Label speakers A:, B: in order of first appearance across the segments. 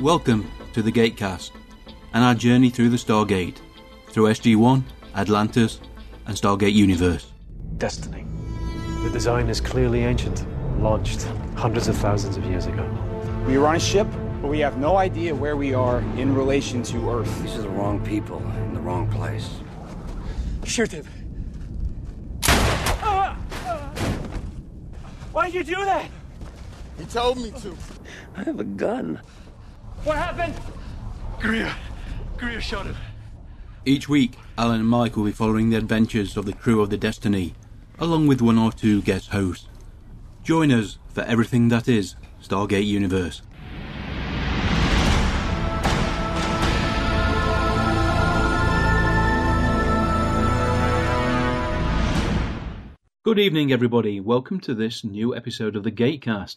A: Welcome to the Gatecast and our journey through the Stargate, through SG-1, Atlantis, and Stargate Universe.
B: Destiny. The design is clearly ancient, launched hundreds of thousands of years ago.
C: We are on a ship, but we have no idea where we are in relation to Earth.
D: These are the wrong people in the wrong place.
E: Shoot him. Why'd you do that?
F: He told me to.
D: I have a gun.
E: What happened?
G: Greer. Greer shot him.
A: Each week, Alan and Mike will be following the adventures of the crew of the Destiny, along with one or two guest hosts. Join us for everything that is Stargate Universe. Good evening, everybody. Welcome to this new episode of the Gatecast.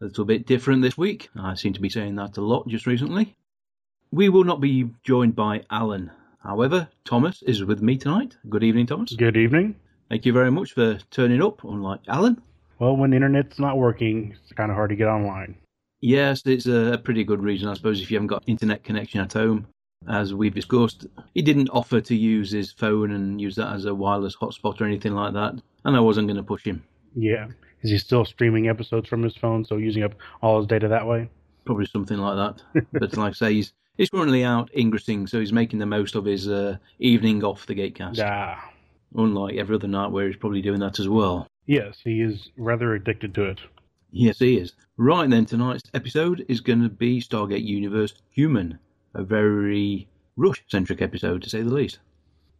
A: A little bit different this week. I seem to be saying that a lot just recently. We will not be joined by Alan. However, Thomas is with me tonight. Good evening, Thomas.
H: Good evening.
A: Thank you very much for turning up, unlike Alan.
H: Well, when the internet's not working, it's kind of hard to get online.
A: Yes, it's a pretty good reason, I suppose, if you haven't got internet connection at home. As we've discussed, he didn't offer to use his phone and use that as a wireless hotspot or anything like that, and I wasn't going to push him.
H: Yeah. Is he still streaming episodes from his phone, so using up all his data that way?
A: Probably something like that. but like I say, he's, he's currently out ingressing, so he's making the most of his uh, evening off the gatecast.
H: Yeah.
A: Unlike every other night where he's probably doing that as well.
H: Yes, he is rather addicted to it.
A: Yes, he is. Right then, tonight's episode is going to be Stargate Universe Human, a very Rush centric episode to say the least.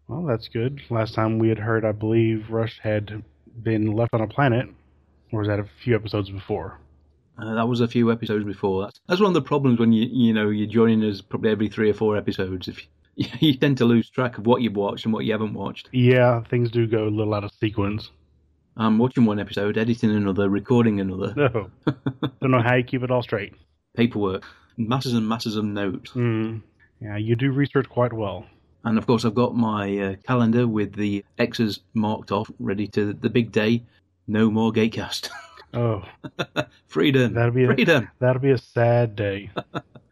H: Well, that's good. Last time we had heard, I believe Rush had been left on a planet, or was that a few episodes before?
A: Uh, that was a few episodes before. That's, that's one of the problems when you you know you're joining us probably every three or four episodes. If you, you tend to lose track of what you've watched and what you haven't watched.
H: Yeah, things do go a little out of sequence.
A: I'm watching one episode, editing another, recording another.
H: No, don't know how you keep it all straight.
A: Paperwork, masses and masses of notes.
H: Mm. Yeah, you do research quite well.
A: And of course, I've got my uh, calendar with the X's marked off, ready to the big day. No more Gatecast.
H: Oh,
A: Freedom.
H: that'll be
A: Freedom.
H: a, that'll be a sad day.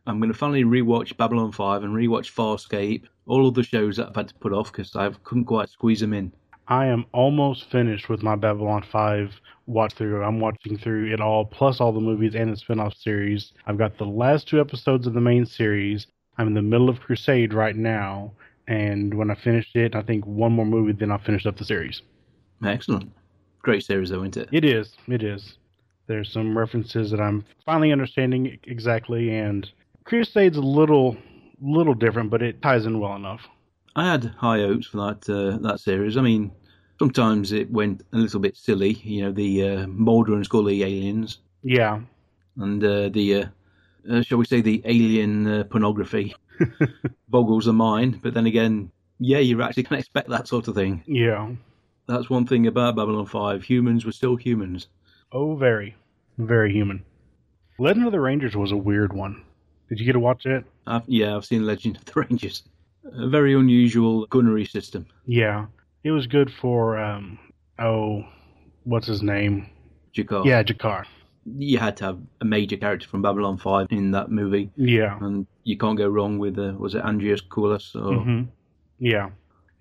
A: I'm going to finally rewatch Babylon 5 and rewatch Farscape, all of the shows that I've had to put off because I couldn't quite squeeze them in.
H: I am almost finished with my Babylon 5 watch through. I'm watching through it all, plus all the movies and the spin off series. I've got the last two episodes of the main series. I'm in the middle of Crusade right now, and when I finish it, I think one more movie, then I'll finish up the series.
A: Excellent. Great series, though, isn't it?
H: It is. It is. There's some references that I'm finally understanding exactly, and Crusade's a little, little different, but it ties in well enough.
A: I had high hopes for that uh, that series. I mean, sometimes it went a little bit silly, you know, the uh, Mulder and Scully aliens
H: Yeah,
A: and uh, the, uh, uh, shall we say, the alien uh, pornography boggles the mind. But then again, yeah, you actually can expect that sort of thing.
H: yeah.
A: That's one thing about Babylon 5 humans were still humans.
H: Oh, very, very human. Legend of the Rangers was a weird one. Did you get to watch it?
A: I've, yeah, I've seen Legend of the Rangers. A very unusual gunnery system.
H: Yeah, it was good for um. Oh, what's his name?
A: Jakar.
H: Yeah, Jakar.
A: You had to have a major character from Babylon 5 in that movie.
H: Yeah,
A: And you can't go wrong with, uh, was it Andreas Koulas? Or...
H: Mhm. yeah,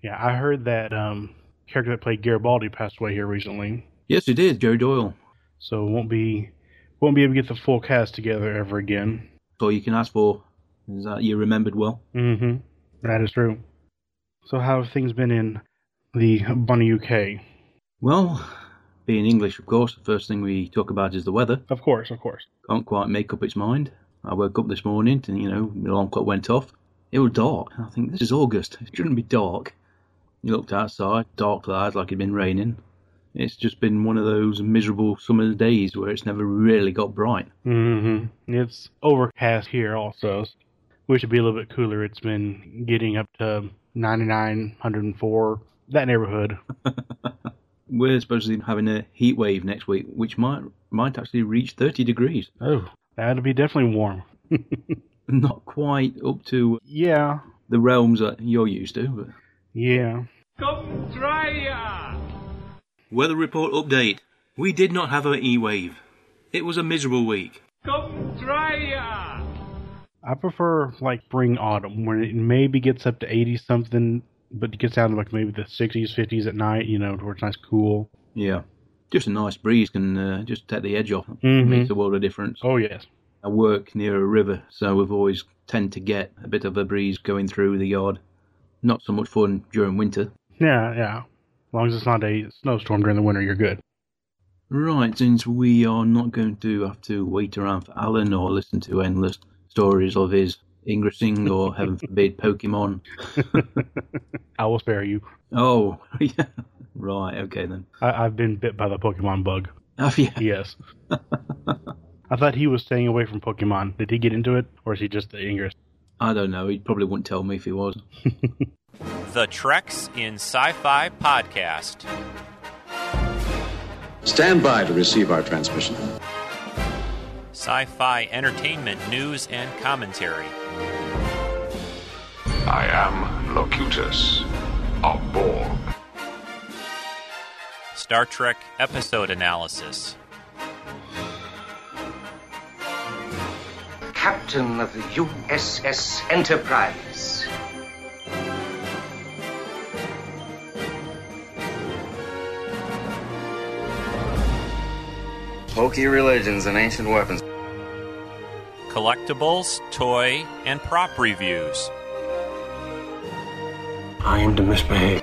H: yeah. I heard that um character that played Garibaldi passed away here recently,
A: Yes, it did, Joe Doyle.
H: so won't be won't be able to get the full cast together ever again.
A: That's all you can ask for is that you remembered well.
H: Mm-hmm. That is true. So how have things been in the Bunny UK?
A: Well, being English, of course, the first thing we talk about is the weather.
H: Of course, of course.
A: Can't quite make up its mind. I woke up this morning and, you know, the alarm clock went off. It was dark. I think this is August. It shouldn't be dark. You looked outside, dark clouds like it'd been raining. It's just been one of those miserable summer days where it's never really got bright.
H: hmm It's overcast here also. We should be a little bit cooler. It's been getting up to 99, 104, that neighborhood.
A: We're supposedly having a heat wave next week, which might might actually reach 30 degrees.
H: Oh. That'll be definitely warm.
A: Not quite up to
H: Yeah,
A: the realms that you're used to. But.
H: yeah.
E: Come try ya!
A: Weather report update. We did not have an E wave. It was a miserable week.
E: Come try ya!
H: I prefer like Bring Autumn when it maybe gets up to 80 something, but it gets down to like maybe the 60s, 50s at night, you know, towards nice cool.
A: Yeah. Just a nice breeze can uh, just take the edge off.
H: Mhm.
A: Makes a world of difference.
H: Oh, yes.
A: I work near a river, so we've always tend to get a bit of a breeze going through the yard. Not so much fun during winter.
H: Yeah, yeah. As long as it's not a snowstorm during the winter, you're good.
A: Right, since we are not going to have to wait around for Alan or listen to endless stories of his ingressing or, heaven forbid, Pokemon.
H: I will spare you.
A: Oh, yeah. Right, okay then.
H: I, I've been bit by the Pokemon bug.
A: Oh, yeah.
H: Yes. I thought he was staying away from Pokemon. Did he get into it, or is he just the ingress?
A: I don't know. He probably wouldn't tell me if he was.
I: The Treks in Sci Fi Podcast.
J: Stand by to receive our transmission.
I: Sci fi entertainment news and commentary.
K: I am Locutus of Borg.
I: Star Trek episode analysis.
L: Captain of the USS Enterprise.
D: Hokey religions and ancient weapons.
I: Collectibles, toy, and prop reviews.
G: I am to misbehave.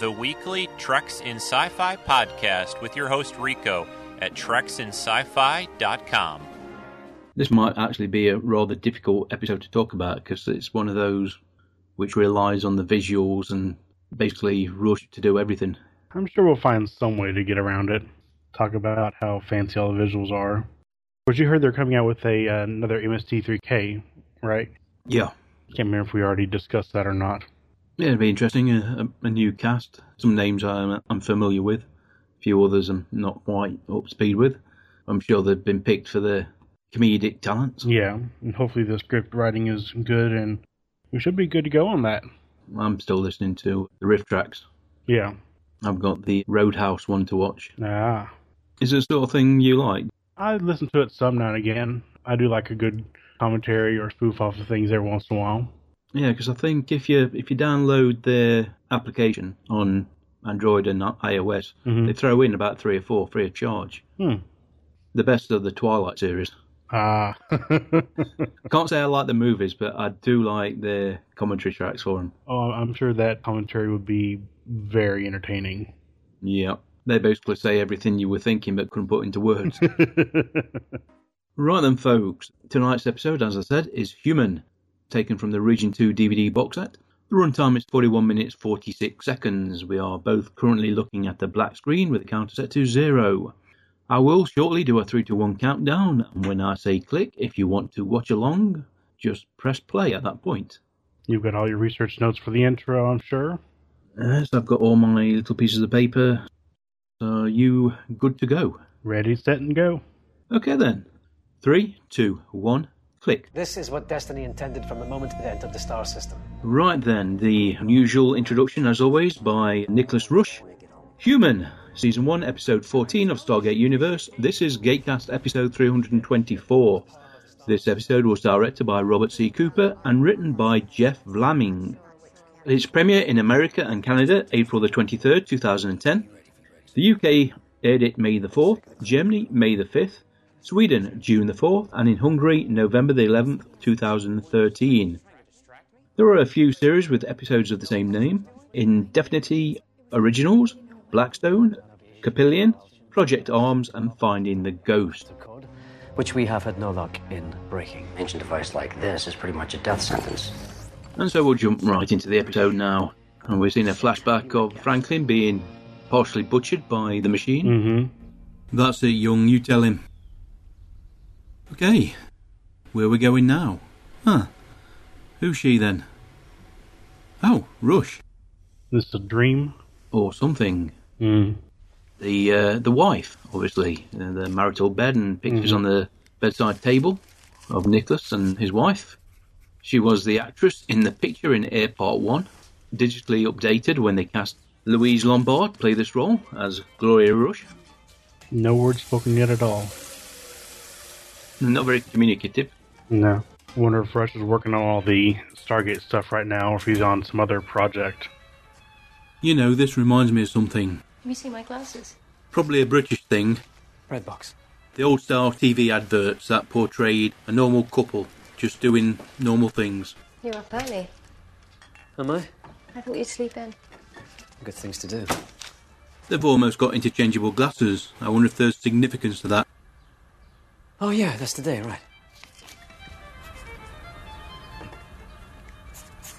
I: The weekly Treks in Sci Fi Podcast with your host Rico at treksinscifi.com.
A: This might actually be a rather difficult episode to talk about because it's one of those which relies on the visuals and basically rush to do everything.
H: I'm sure we'll find some way to get around it. Talk about how fancy all the visuals are. But you heard they're coming out with a uh, another MST3K, right?
A: Yeah.
H: Can't remember if we already discussed that or not.
A: Yeah, it'd be interesting. A, a, a new cast, some names I'm, I'm familiar with, a few others I'm not quite up to speed with. I'm sure they've been picked for their comedic talents.
H: Yeah, and hopefully the script writing is good, and we should be good to go on that.
A: I'm still listening to the riff tracks.
H: Yeah.
A: I've got the Roadhouse one to watch.
H: Ah,
A: Is it the sort of thing you like?
H: I listen to it some now and again. I do like a good commentary or spoof off of things every once in a while.
A: Yeah, because I think if you if you download their application on Android and iOS,
H: Mhm.
A: they throw in about three or four free of charge.
H: Hmm.
A: The best of the Twilight series.
H: Ah.
A: I can't say I like the movies, but I do like their commentary tracks for them.
H: Oh, I'm sure that commentary would be very entertaining.
A: Yeah, they basically say everything you were thinking but couldn't put into words. right then, folks. Tonight's episode, as I said, is Human, taken from the Region 2 DVD box set. The runtime is 41 minutes 46 seconds. We are both currently looking at the black screen with the counter set to zero. I will shortly do a 3 to 1 countdown, and when I say click, if you want to watch along, just press play at that point.
H: You've got all your research notes for the intro, I'm sure.
A: Yes, I've got all my little pieces of paper. Are you good to go?
H: Ready, set, and go.
A: Okay then. Three, two, one, click.
M: This is what destiny intended from the moment it entered the star system.
A: Right then, the usual introduction, as always, by Nicholas Rush. Human, Season 1, Episode 14 of Stargate Universe. This is Gatecast Episode 324. This episode was directed by Robert C. Cooper and written by Jeff Vlaming. Its premiere in America and Canada, April the 23rd, 2010. The UK aired it May the 4th, Germany May the 5th, Sweden June the 4th, and in Hungary November the 11th, 2013. There are a few series with episodes of the same name Indefinity Originals, Blackstone, Capillion, Project Arms, and Finding the Ghost.
M: Which we have had no luck in breaking.
D: Ancient device like this is pretty much a death sentence.
A: And so we'll jump right into the episode now. And we're seeing a flashback of Franklin being partially butchered by the machine.
H: Mm-hmm.
A: That's it, young, you tell him. Okay, where we going now? Huh. Who's she then? Oh, Rush.
H: This is a dream.
A: Or something.
H: Mm.
A: the uh, the wife, obviously, uh, the marital bed and
H: Mm-hmm.
A: pictures on the bedside table of Nicholas and his wife. She was the actress in the picture in Air Part One, digitally updated when they cast Louise Lombard to play this role as Gloria Rush.
H: No words spoken yet at all.
A: Not very communicative.
H: No. Wonder if Rush is working on all the Stargate stuff right now, or if he's on some other project.
A: You know, this reminds me of something.
N: Have you seen my glasses?
A: Probably a British thing.
M: Red box.
A: The old style TV adverts that portrayed a normal couple just doing normal things.
N: You're up early.
M: Am I?
N: I thought you'd sleep in.
M: Good things to do.
A: They've almost got interchangeable glasses. I wonder if there's significance to that.
M: Oh, yeah, that's today, right.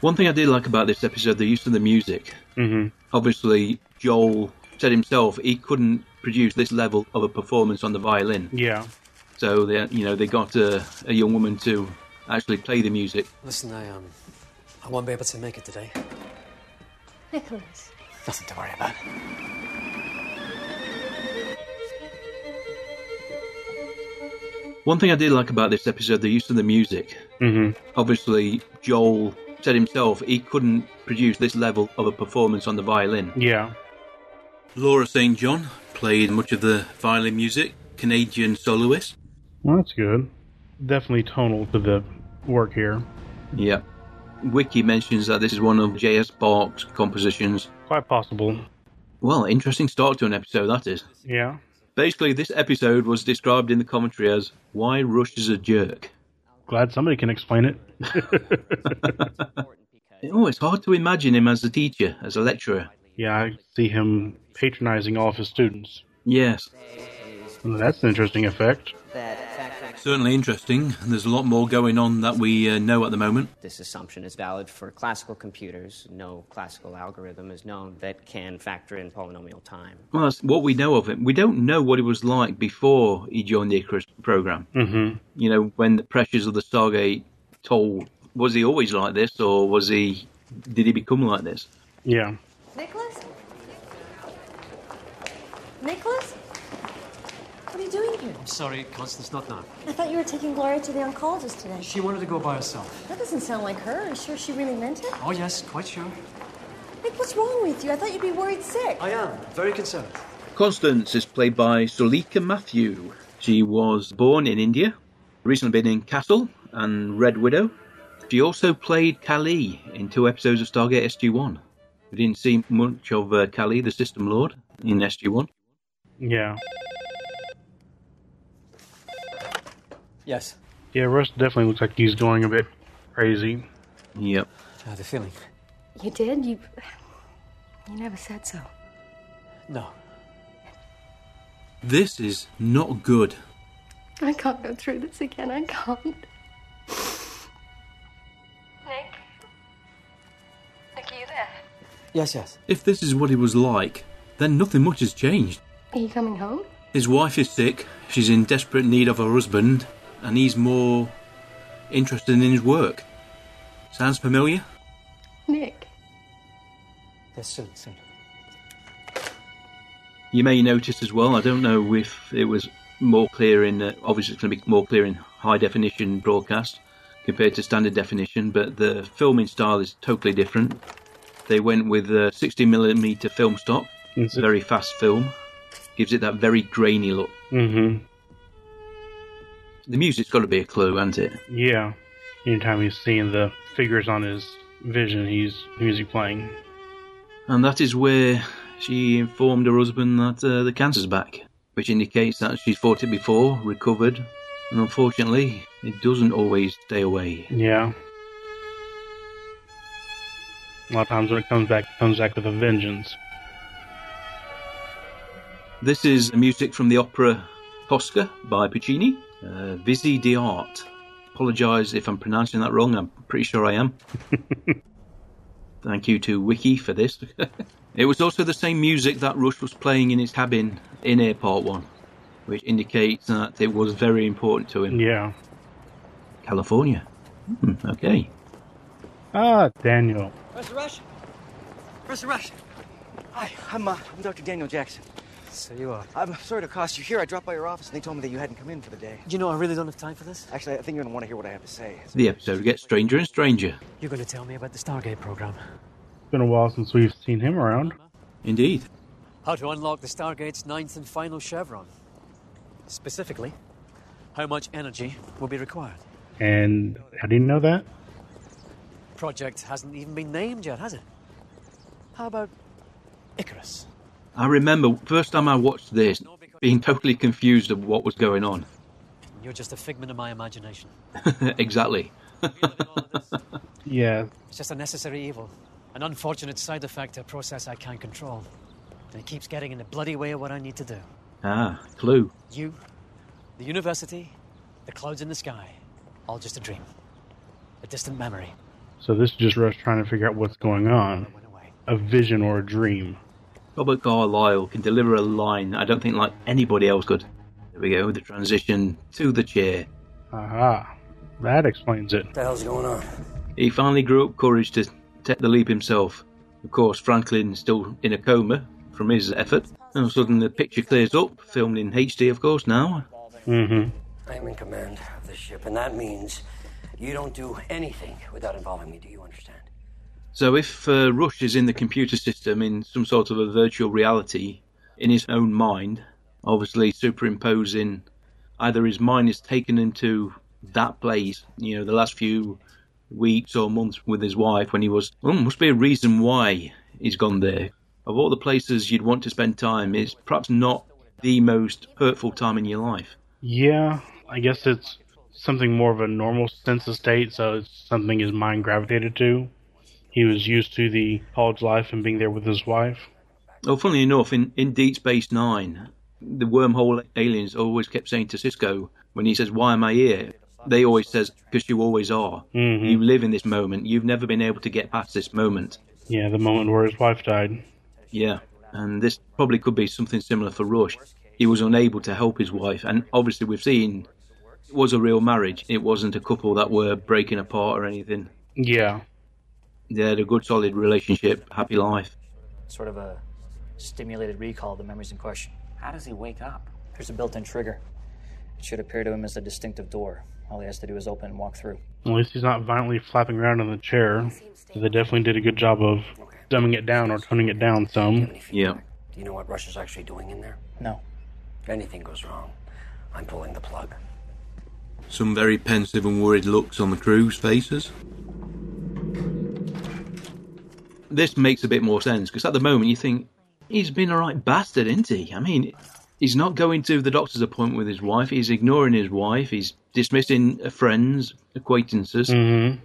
A: One thing I did like about this episode, the use of the music.
H: Mm-hmm.
A: Obviously, Joel said himself he couldn't produce this level of a performance on the violin.
H: Yeah.
A: So they, you know, they got a, a young woman to actually play the music.
M: Listen, I, um, I won't be able to make it today.
N: Nicholas.
M: Nothing to worry about.
A: One thing I did like about this episode, the use of the music.
H: Mm-hmm.
A: Obviously, Joel said himself he couldn't produce this level of a performance on the violin.
H: Yeah.
A: Laura St. John played much of the violin music, Canadian soloist.
H: Well, that's good. Definitely tonal to the work here.
A: Yeah. Wiki mentions that this is one of J.S. Bach's compositions.
H: Quite possible.
A: Well, interesting start to an episode, that is.
H: Yeah.
A: Basically, this episode was described in the commentary as Why Rush is a Jerk.
H: Glad somebody can explain it.
A: oh, it's hard to imagine him as a teacher, as a lecturer.
H: Yeah, I see him patronizing all of his students.
A: Yes.
H: Well, that's an interesting effect.
A: Certainly interesting. There's a lot more going on that we uh, know at the moment.
O: This assumption is valid for classical computers. No classical algorithm is known that can factor in polynomial time.
A: Well, that's what we know of him. We don't know what it was like before he joined the Icarus program.
H: Mm-hmm.
A: You know, when the pressures of the Stargate told, was he always like this, or was he? Did he become like this?
H: Yeah.
N: Nicholas? Nicholas? What are you doing here?
M: I'm sorry, Constance, not now.
N: I thought you were taking Gloria to the oncologist today.
M: She wanted to go by herself.
N: That doesn't sound like her. Are you sure she really meant it?
M: Oh, yes, quite sure.
N: Nick, what's wrong with you? I thought you'd be worried sick.
M: I am, very concerned.
A: Constance is played by Sulika Matthew. She was born in India, recently been in Castle and Red Widow. She also played Kali in two episodes of Stargate SG-1. We didn't see much of uh, Kali, the System Lord, in SG-1.
H: Yeah.
M: Yes.
H: Yeah, Russ definitely looks like he's going a bit crazy.
A: Yep.
M: I had a feeling.
N: You did? You. You never said so.
M: No.
A: This is not good.
N: I can't go through this again. I can't. Nick?
P: Nick, are you there?
M: Yes, yes.
A: If this is what he was like, then nothing much has changed.
N: Are you coming home?
A: His wife is sick, she's in desperate need of her husband, and he's more interested in his work. Sounds familiar?
N: Nick.
M: Yes, soon, soon.
A: You may notice as well, I don't know if it was more clear in, uh, obviously it's going to be more clear in high definition broadcast compared to standard definition, but the filming style is totally different. They went with a 60mm film stock, it's a very fast film gives it that very grainy look.
H: Mm-hmm.
A: The music's got to be a clue, hasn't it?
H: Yeah. Anytime he's seeing the figures on his vision, he's music playing.
A: And that is where she informed her husband that uh, the cancer's back, which indicates that she's fought it before, recovered, and unfortunately, it doesn't always stay away.
H: Yeah. A lot of times when it comes back, it comes back with a vengeance.
A: This is music from the opera Tosca by Puccini, uh, Visi di Art. Apologise if I'm pronouncing that wrong, I'm pretty sure I am. Thank you to Wiki for this. it was also the same music that Rush was playing in his cabin in Air Part 1, which indicates that it was very important to him.
H: Yeah.
A: California. Hmm, okay.
H: Ah, Daniel.
Q: Professor Rush? Professor Rush? Hi, I'm, uh, I'm Dr. Daniel Jackson.
M: So you are.
Q: I'm sorry to cost you. Here, I dropped by your office and they told me that you hadn't come in for the day.
M: You know, I really don't have time for this.
Q: Actually, I think you're going to want to hear what I have to say.
A: The episode gets stranger and stranger.
M: You're going to tell me about the Stargate program.
H: It's been a while since we've seen him around.
A: Indeed.
M: How to unlock the Stargate's ninth and final chevron. Specifically,
Q: how much energy will be required.
H: And how do you know that?
Q: Project hasn't even been named yet, has it? How about Icarus?
A: I remember first time I watched this being totally confused of what was going on.
Q: You're just a figment of my imagination.
A: exactly.
H: yeah.
Q: It's just a necessary evil, an unfortunate side effect to a process I can't control. And it keeps getting in the bloody way of what I need to do.
A: Ah, clue.
Q: You, the university, the clouds in the sky, all just a dream, a distant memory.
H: So this is just Rush trying to figure out what's going on. A vision or a dream.
A: Robert Carlyle can deliver a line I don't think like anybody else could. There we go, the transition to the chair.
H: Aha. That explains it. What
P: the hell's going on?
A: He finally grew up courage to take the leap himself. Of course, Franklin still in a coma from his effort. And suddenly the picture clears up, filmed in HD, of course, now.
H: Mm-hmm.
P: I'm in command of this ship, and that means you don't do anything without involving me. Do you understand?
A: So, if uh, Rush is in the computer system in some sort of a virtual reality in his own mind, obviously superimposing either his mind is taken into that place, you know, the last few weeks or months with his wife when he was, oh, must be a reason why he's gone there. Of all the places you'd want to spend time, it's perhaps not the most hurtful time in your life.
H: Yeah, I guess it's something more of a normal sense of state, so it's something his mind gravitated to. He was used to the college life and being there with his wife.
A: Well, funnily enough, in, in Deep Space Nine, the wormhole aliens always kept saying to Cisco when he says, "Why am I here?" They always says, "Because you always are.
H: Mhm.
A: You live in this moment. You've never been able to get past this moment."
H: Yeah, the moment where his wife died.
A: Yeah, and this probably could be something similar for Rush. He was unable to help his wife, and obviously we've seen it was a real marriage. It wasn't a couple that were breaking apart or anything.
H: Yeah.
A: They had a good, solid relationship, happy life.
R: Sort of a stimulated recall of the memories in question.
S: How does he wake up?
R: There's a built in trigger. It should appear to him as a distinctive door. All he has to do is open and walk through.
H: At least he's not violently flapping around on the chair. They definitely did a good job of dumbing it down or toning it down some.
A: Yeah.
P: Do you know what Rush is actually doing in there?
R: No.
P: If anything goes wrong, I'm pulling the plug.
A: Some very pensive and worried looks on the crew's faces. This makes a bit more sense because at the moment you think he's been a right bastard, isn't he? I mean, he's not going to the doctor's appointment with his wife. He's ignoring his wife. He's dismissing friends, acquaintances.
H: Mm-hmm.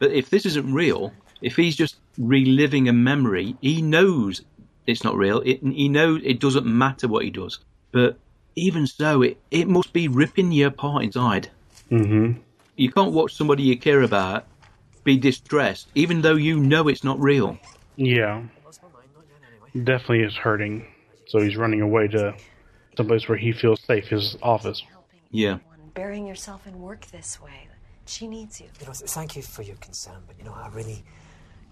A: But if this isn't real, if he's just reliving a memory, he knows it's not real. It, he knows it doesn't matter what he does. But even so, it, it must be ripping you apart inside.
H: Mm-hmm.
A: You can't watch somebody you care about be distressed, even though you know it's not real.
H: Yeah. Definitely is hurting. So he's running away to someplace where he feels safe, his office.
A: Yeah.
N: Burying yourself in work this way. She needs you.
M: You know, th- thank you for your concern, but you know, I really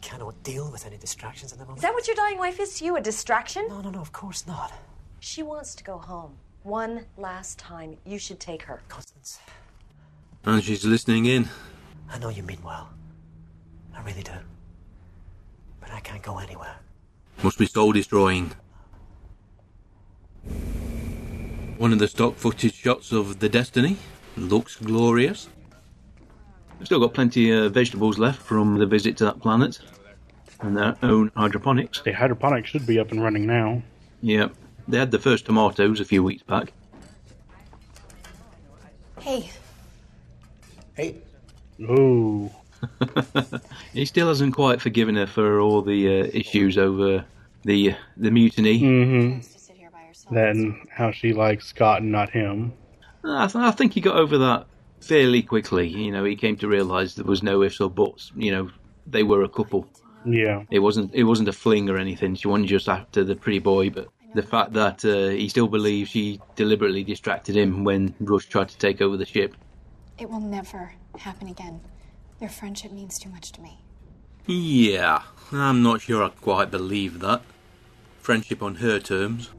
M: cannot deal with any distractions at the moment.
N: Is that what your dying wife is to you? A distraction?
M: No, no, no, of course not.
N: She wants to go home. One last time. You should take her.
M: Constance,
A: And she's listening in.
M: I know you mean well. I really do. But I can't go anywhere.
A: Must be soul destroying. One of the stock footage shots of the Destiny looks glorious. We've still got plenty of vegetables left from the visit to that planet and their own hydroponics.
H: The hydroponics should be up and running now.
A: Yeah, they had the first tomatoes a few weeks back.
N: Hey,
P: Hey,
H: Ooh.
A: he still hasn't quite forgiven her for all the uh, issues over the uh, the mutiny.
H: Mm-hmm. Then how she likes Scott and not him.
A: I, th- I think he got over that fairly quickly. You know, he came to realise there was no ifs or buts. You know, they were a couple.
H: Yeah.
A: It wasn't it wasn't a fling or anything. She wasn't just after the pretty boy, but the fact that uh, he still believes she deliberately distracted him when Rush tried to take over the ship.
T: It will never happen again. Your friendship means too much to me.
A: Yeah, I'm not sure I quite believe that. Friendship on her terms.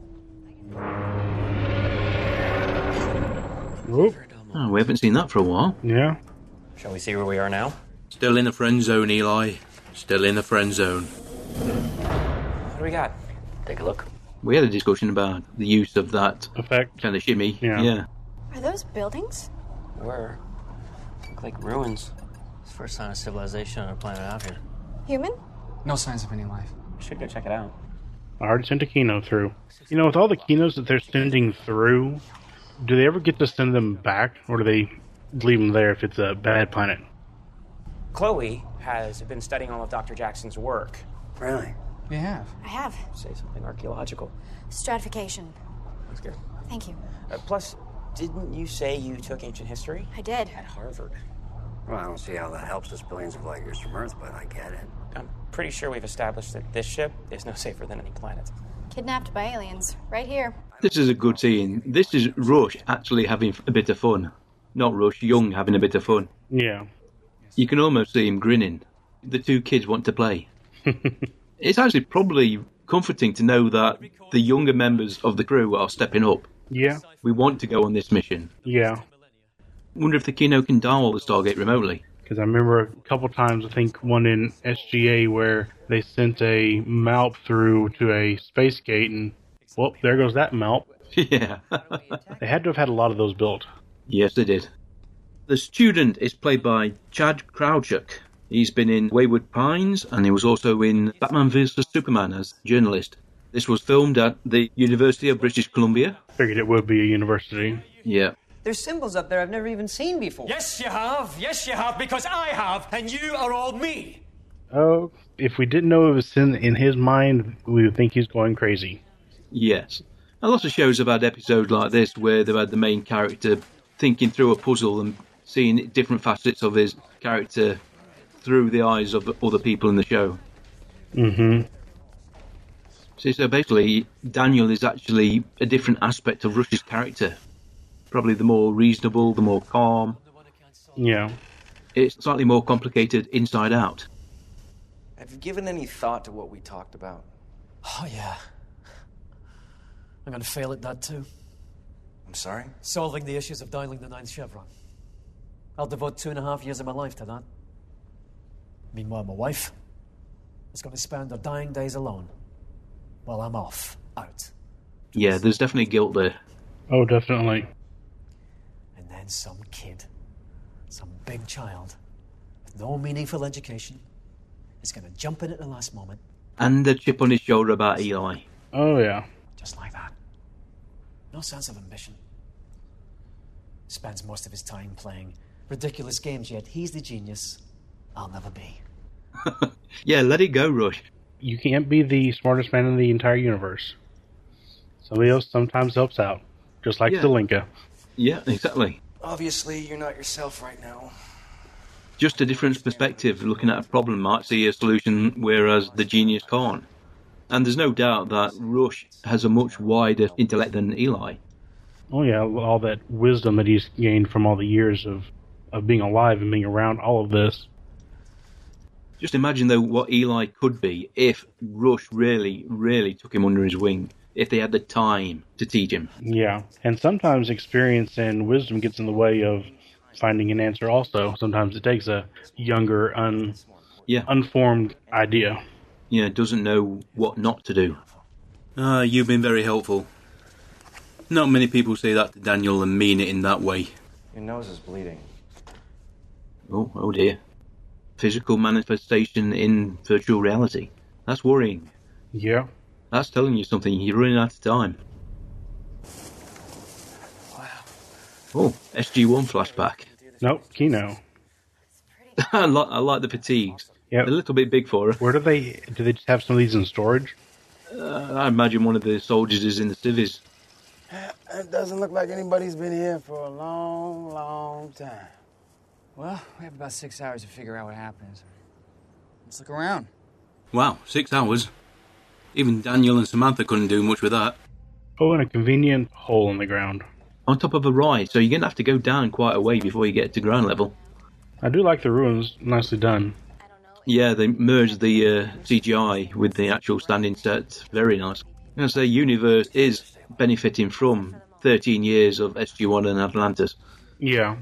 A: Oh, we haven't seen that for a while.
H: Yeah.
R: Shall we see where we are now?
A: Still in the friend zone, Eli. Still in the friend zone.
R: What do we got? Take a look.
A: We had a discussion about the use of that
H: effect
A: kind of shimmy.
H: Yeah.
A: yeah.
T: Are those buildings?
P: Were? Look like ruins.
R: It's the first sign of civilization on a planet out here.
T: Human?
R: No signs of any life. Should go check it out.
H: I already sent a Kino through. You know, with all the Kinos that they're sending through, do they ever get to send them back, or do they leave them there if it's a bad planet?
O: Chloe has been studying all of Dr. Jackson's work.
P: Really?
R: You have.
T: I have.
O: Say something archaeological.
T: Stratification.
O: That's good.
T: Thank you.
O: Uh, plus, didn't you say you took ancient history?
T: I did.
O: At Harvard.
P: Well, I don't see how that helps us billions of light years from Earth, but I get it.
O: I'm pretty sure we've established that this ship is no safer than any planet.
T: Kidnapped by aliens. Right here.
A: This is a good scene. This is Rush actually having a bit of fun. Not Rush, Young having a bit of fun.
H: Yeah.
A: You can almost see him grinning. The two kids want to play. it's actually probably comforting to know that the younger members of the crew are stepping up.
H: Yeah.
A: We want to go on this mission.
H: Yeah.
A: Wonder if the Kino can dial the Stargate remotely.
H: Because I remember a couple times, I think one in SGA where they sent a MALP through to a space gate, and well, there goes that MALP.
A: Yeah.
H: they had to have had a lot of those built.
A: Yes, they did. The student is played by Chad Krawchuk. He's been in Wayward Pines, and he was also in Batman vs Superman as journalist. This was filmed at the University of British Columbia.
H: Figured it would be a university.
A: Yeah.
U: There's symbols up there I've never even seen before.
V: Yes, you have. Yes, you have, because I have, and you are all me.
H: Oh, if we didn't know it was in, in his mind, we would think he's going crazy.
A: Yes. And lots of shows have had episodes like this where they've had the main character thinking through a puzzle and seeing different facets of his character through the eyes of other people in the show.
H: Mm-hmm.
A: See, so basically, Daniel is actually a different aspect of Rush's character. Probably the more reasonable, the more calm.
H: Yeah.
A: It's slightly more complicated inside out.
C: Have you given any thought to what we talked about?
W: Oh, yeah. I'm going to fail at that, too.
C: I'm sorry?
W: Solving the issues of dialing the ninth chevron. I'll devote two and a half years of my life to that. Meanwhile, my wife is going to spend her dying days alone while I'm off, out.
A: Yeah, there's definitely guilt there.
H: Oh, definitely.
W: And then some kid, some big child, with no meaningful education, is going to jump in at the last moment.
A: And the chip on his shoulder about Eli.
H: Oh, yeah.
W: Just like that. No sense of ambition. Spends most of his time playing ridiculous games, yet he's the genius I'll never be.
A: yeah, let it go, Rush.
H: You can't be the smartest man in the entire universe. Somebody else sometimes helps out, just like
A: Yeah.
H: Zelenka.
A: Yeah, exactly.
C: Obviously, you're not yourself right now.
A: Just a different perspective looking at a problem might see a solution, whereas the genius can't. And there's no doubt that Rush has a much wider intellect than Eli.
H: Oh yeah, all that wisdom that he's gained from all the years of of being alive and being around all of this.
A: Just imagine though what Eli could be if Rush really, really took him under his wing. If they had the time to teach him.
H: Yeah, and sometimes experience and wisdom gets in the way of finding an answer. Also, sometimes it takes a younger, un
A: yeah.
H: unformed idea.
A: You know, doesn't know what not to do. Ah, you've been very helpful. Not many people say that to Daniel and mean it in that way.
C: Your nose is bleeding.
A: Oh, oh dear. Physical manifestation in virtual reality. That's worrying.
H: Yeah,
A: That's telling you something. You're running out of time. Wow. Oh, SG1 flashback.
H: nope, Kino.
A: I, like, I like the fatigues.
H: Yeah,
A: A little bit big for her.
H: where do they do they just have some of these in storage?
A: Uh, I imagine one of the soldiers is in the civvies.
X: It doesn't look like anybody's been here for a long, long time.
Y: Well, we have about six hours to figure out what happens. Let's look around.
A: Wow, six hours. Even Daniel and Samantha couldn't do much with that.
H: Oh, and a convenient hole in the ground.
A: On top of a ride, so you're going to have to go down quite a way before you get to ground level.
H: I do like the ruins, nicely done.
A: Yeah, they merged the uh, CGI with the actual standing set. Very nice. And so the universe is benefiting from 13 years of SG-1 and Atlantis.
H: Yeah,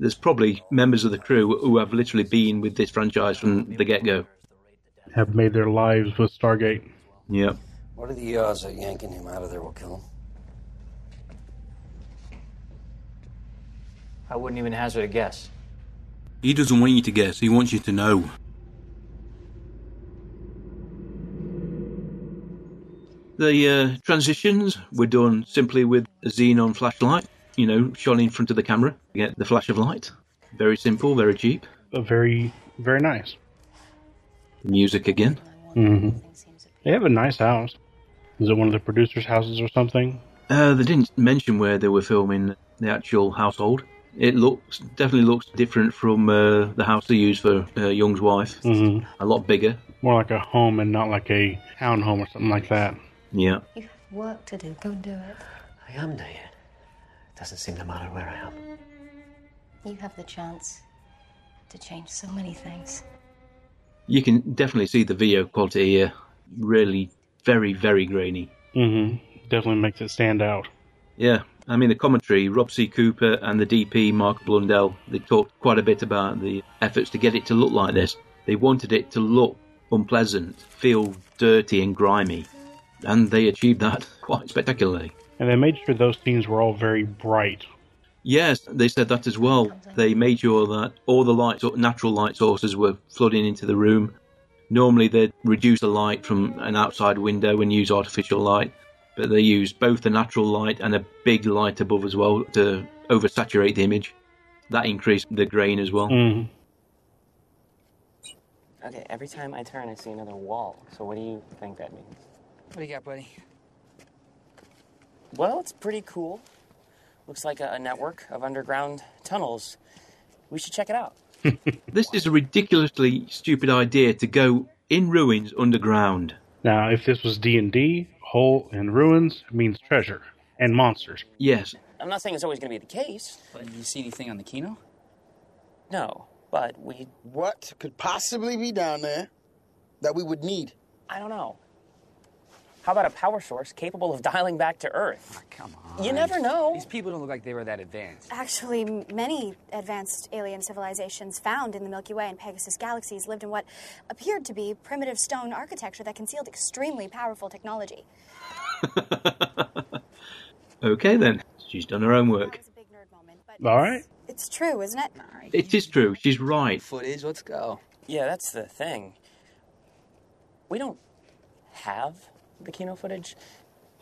A: There's probably members of the crew who have literally been with this franchise from the get-go.
H: have made their lives with Stargate.
A: Yeah.
P: What are the odds that yanking him out of there will kill him?
R: I wouldn't even hazard a guess.
A: He doesn't want you to guess, he wants you to know. The uh, transitions were done simply with a xenon flashlight, you know, shone in front of the camera to get the flash of light. Very simple, very cheap.
H: But very, very nice.
A: Music again.
H: Mm-hmm. They have a nice house. Is it one of the producers' houses or something?
A: Uh, they didn't mention where they were filming the actual household. It looks definitely looks different from uh, the house they used for uh, Young's wife.
H: Mm-hmm.
A: A lot bigger.
H: More like a home and not like a town home or something like that.
A: Yeah.
N: You have work to do. Go and do it.
M: I am doing it. Doesn't seem to matter where I am.
T: You have the chance to change so many things.
A: You can definitely see the video quality here. Really, very, very grainy.
H: Mm-hmm. Definitely makes it stand out.
A: Yeah. I mean, the commentary, Rob C. Cooper and the DP, Mark Blundell, they talked quite a bit about the efforts to get it to look like this. They wanted it to look unpleasant, feel dirty and grimy. And they achieved that quite spectacularly.
H: And they made sure those scenes were all very bright.
A: Yes, they said that as well. They made sure that all the light, natural light sources were flooding into the room. Normally, they'd reduce the light from an outside window and use artificial light, but they used both the natural light and a big light above as well to oversaturate the image. That increased the grain as well.
H: Mm.
O: Okay, every time I turn, I see another wall. So what do you think that means?
X: What do you got, buddy?
O: Well, it's pretty cool. Looks like a, a network of underground tunnels. We should check it out.
A: this is a ridiculously stupid idea to go in ruins underground.
H: Now, if this was D and D, hole in ruins means treasure and monsters.
A: Yes.
O: I'm not saying it's always going to be the case.
X: But did you see anything on the Kino?
O: No, but we.
F: What could possibly be down there that we would need?
O: I don't know. How about a power source capable of dialing back to Earth?
X: Oh, come on.
O: You never know.
X: These people don't look like they were that advanced.
T: Actually, m- many advanced alien civilizations found in the Milky Way and Pegasus galaxies lived in what appeared to be primitive stone architecture that concealed extremely powerful technology.
A: okay, then. She's done her own work.
T: That was a big nerd moment, but
H: All right.
T: it's true, isn't it?
A: It is true. She's right.
X: Footage, let's go.
O: Yeah, that's the thing. We don't have the Kino footage.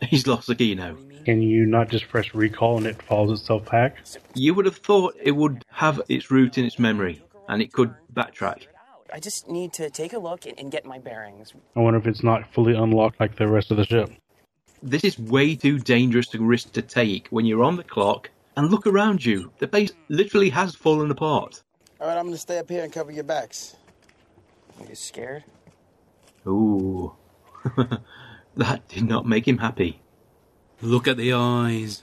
A: He's lost the keynote.
H: Can you not just press recall and it follows itself back?
A: You would have thought it would have its root in its memory and it could backtrack.
O: I just need to take a look and, and get my bearings.
H: I wonder if it's not fully unlocked like the rest of the ship.
A: This is way too dangerous a risk to take when you're on the clock and look around you. The base literally has fallen apart.
F: All right, I'm going to stay up here and cover your backs.
O: Are you scared?
A: Ooh. that did not make him happy. Look at the eyes.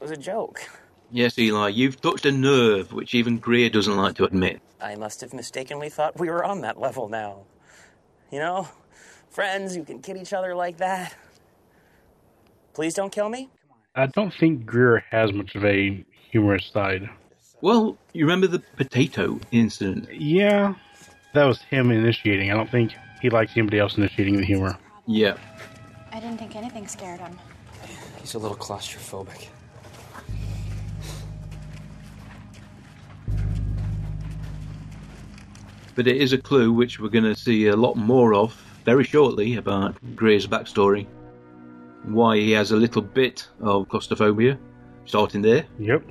O: It was a joke.
A: Yes, Eli, you've touched a nerve which even Greer doesn't like to admit.
O: I must have mistakenly thought we were on that level now. You know, friends who can kid each other like that. Please don't kill me.
H: I don't think Greer has much of a humorous side.
A: Well, you remember the potato incident?
H: Yeah, that was him initiating. I don't think he likes anybody else initiating the humor.
A: Yeah.
T: I didn't think anything scared him.
X: He's a little claustrophobic.
A: But it is a clue which we're going to see a lot more of very shortly about Greer's backstory. Why he has a little bit of claustrophobia, starting there.
H: Yep.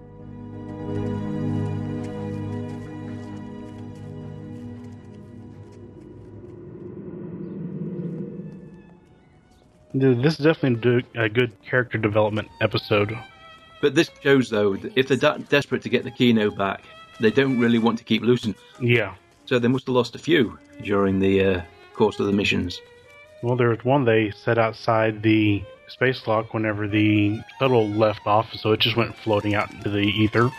H: Dude, This is definitely do- a good character development episode.
A: But this shows, though, that if they're that desperate to get the Kino back, they don't really want to keep losing.
H: Yeah.
A: So they must have lost a few during the uh, course of the missions.
H: Well, there was one they set outside the space lock whenever the shuttle left off, so it just went floating out into the ether.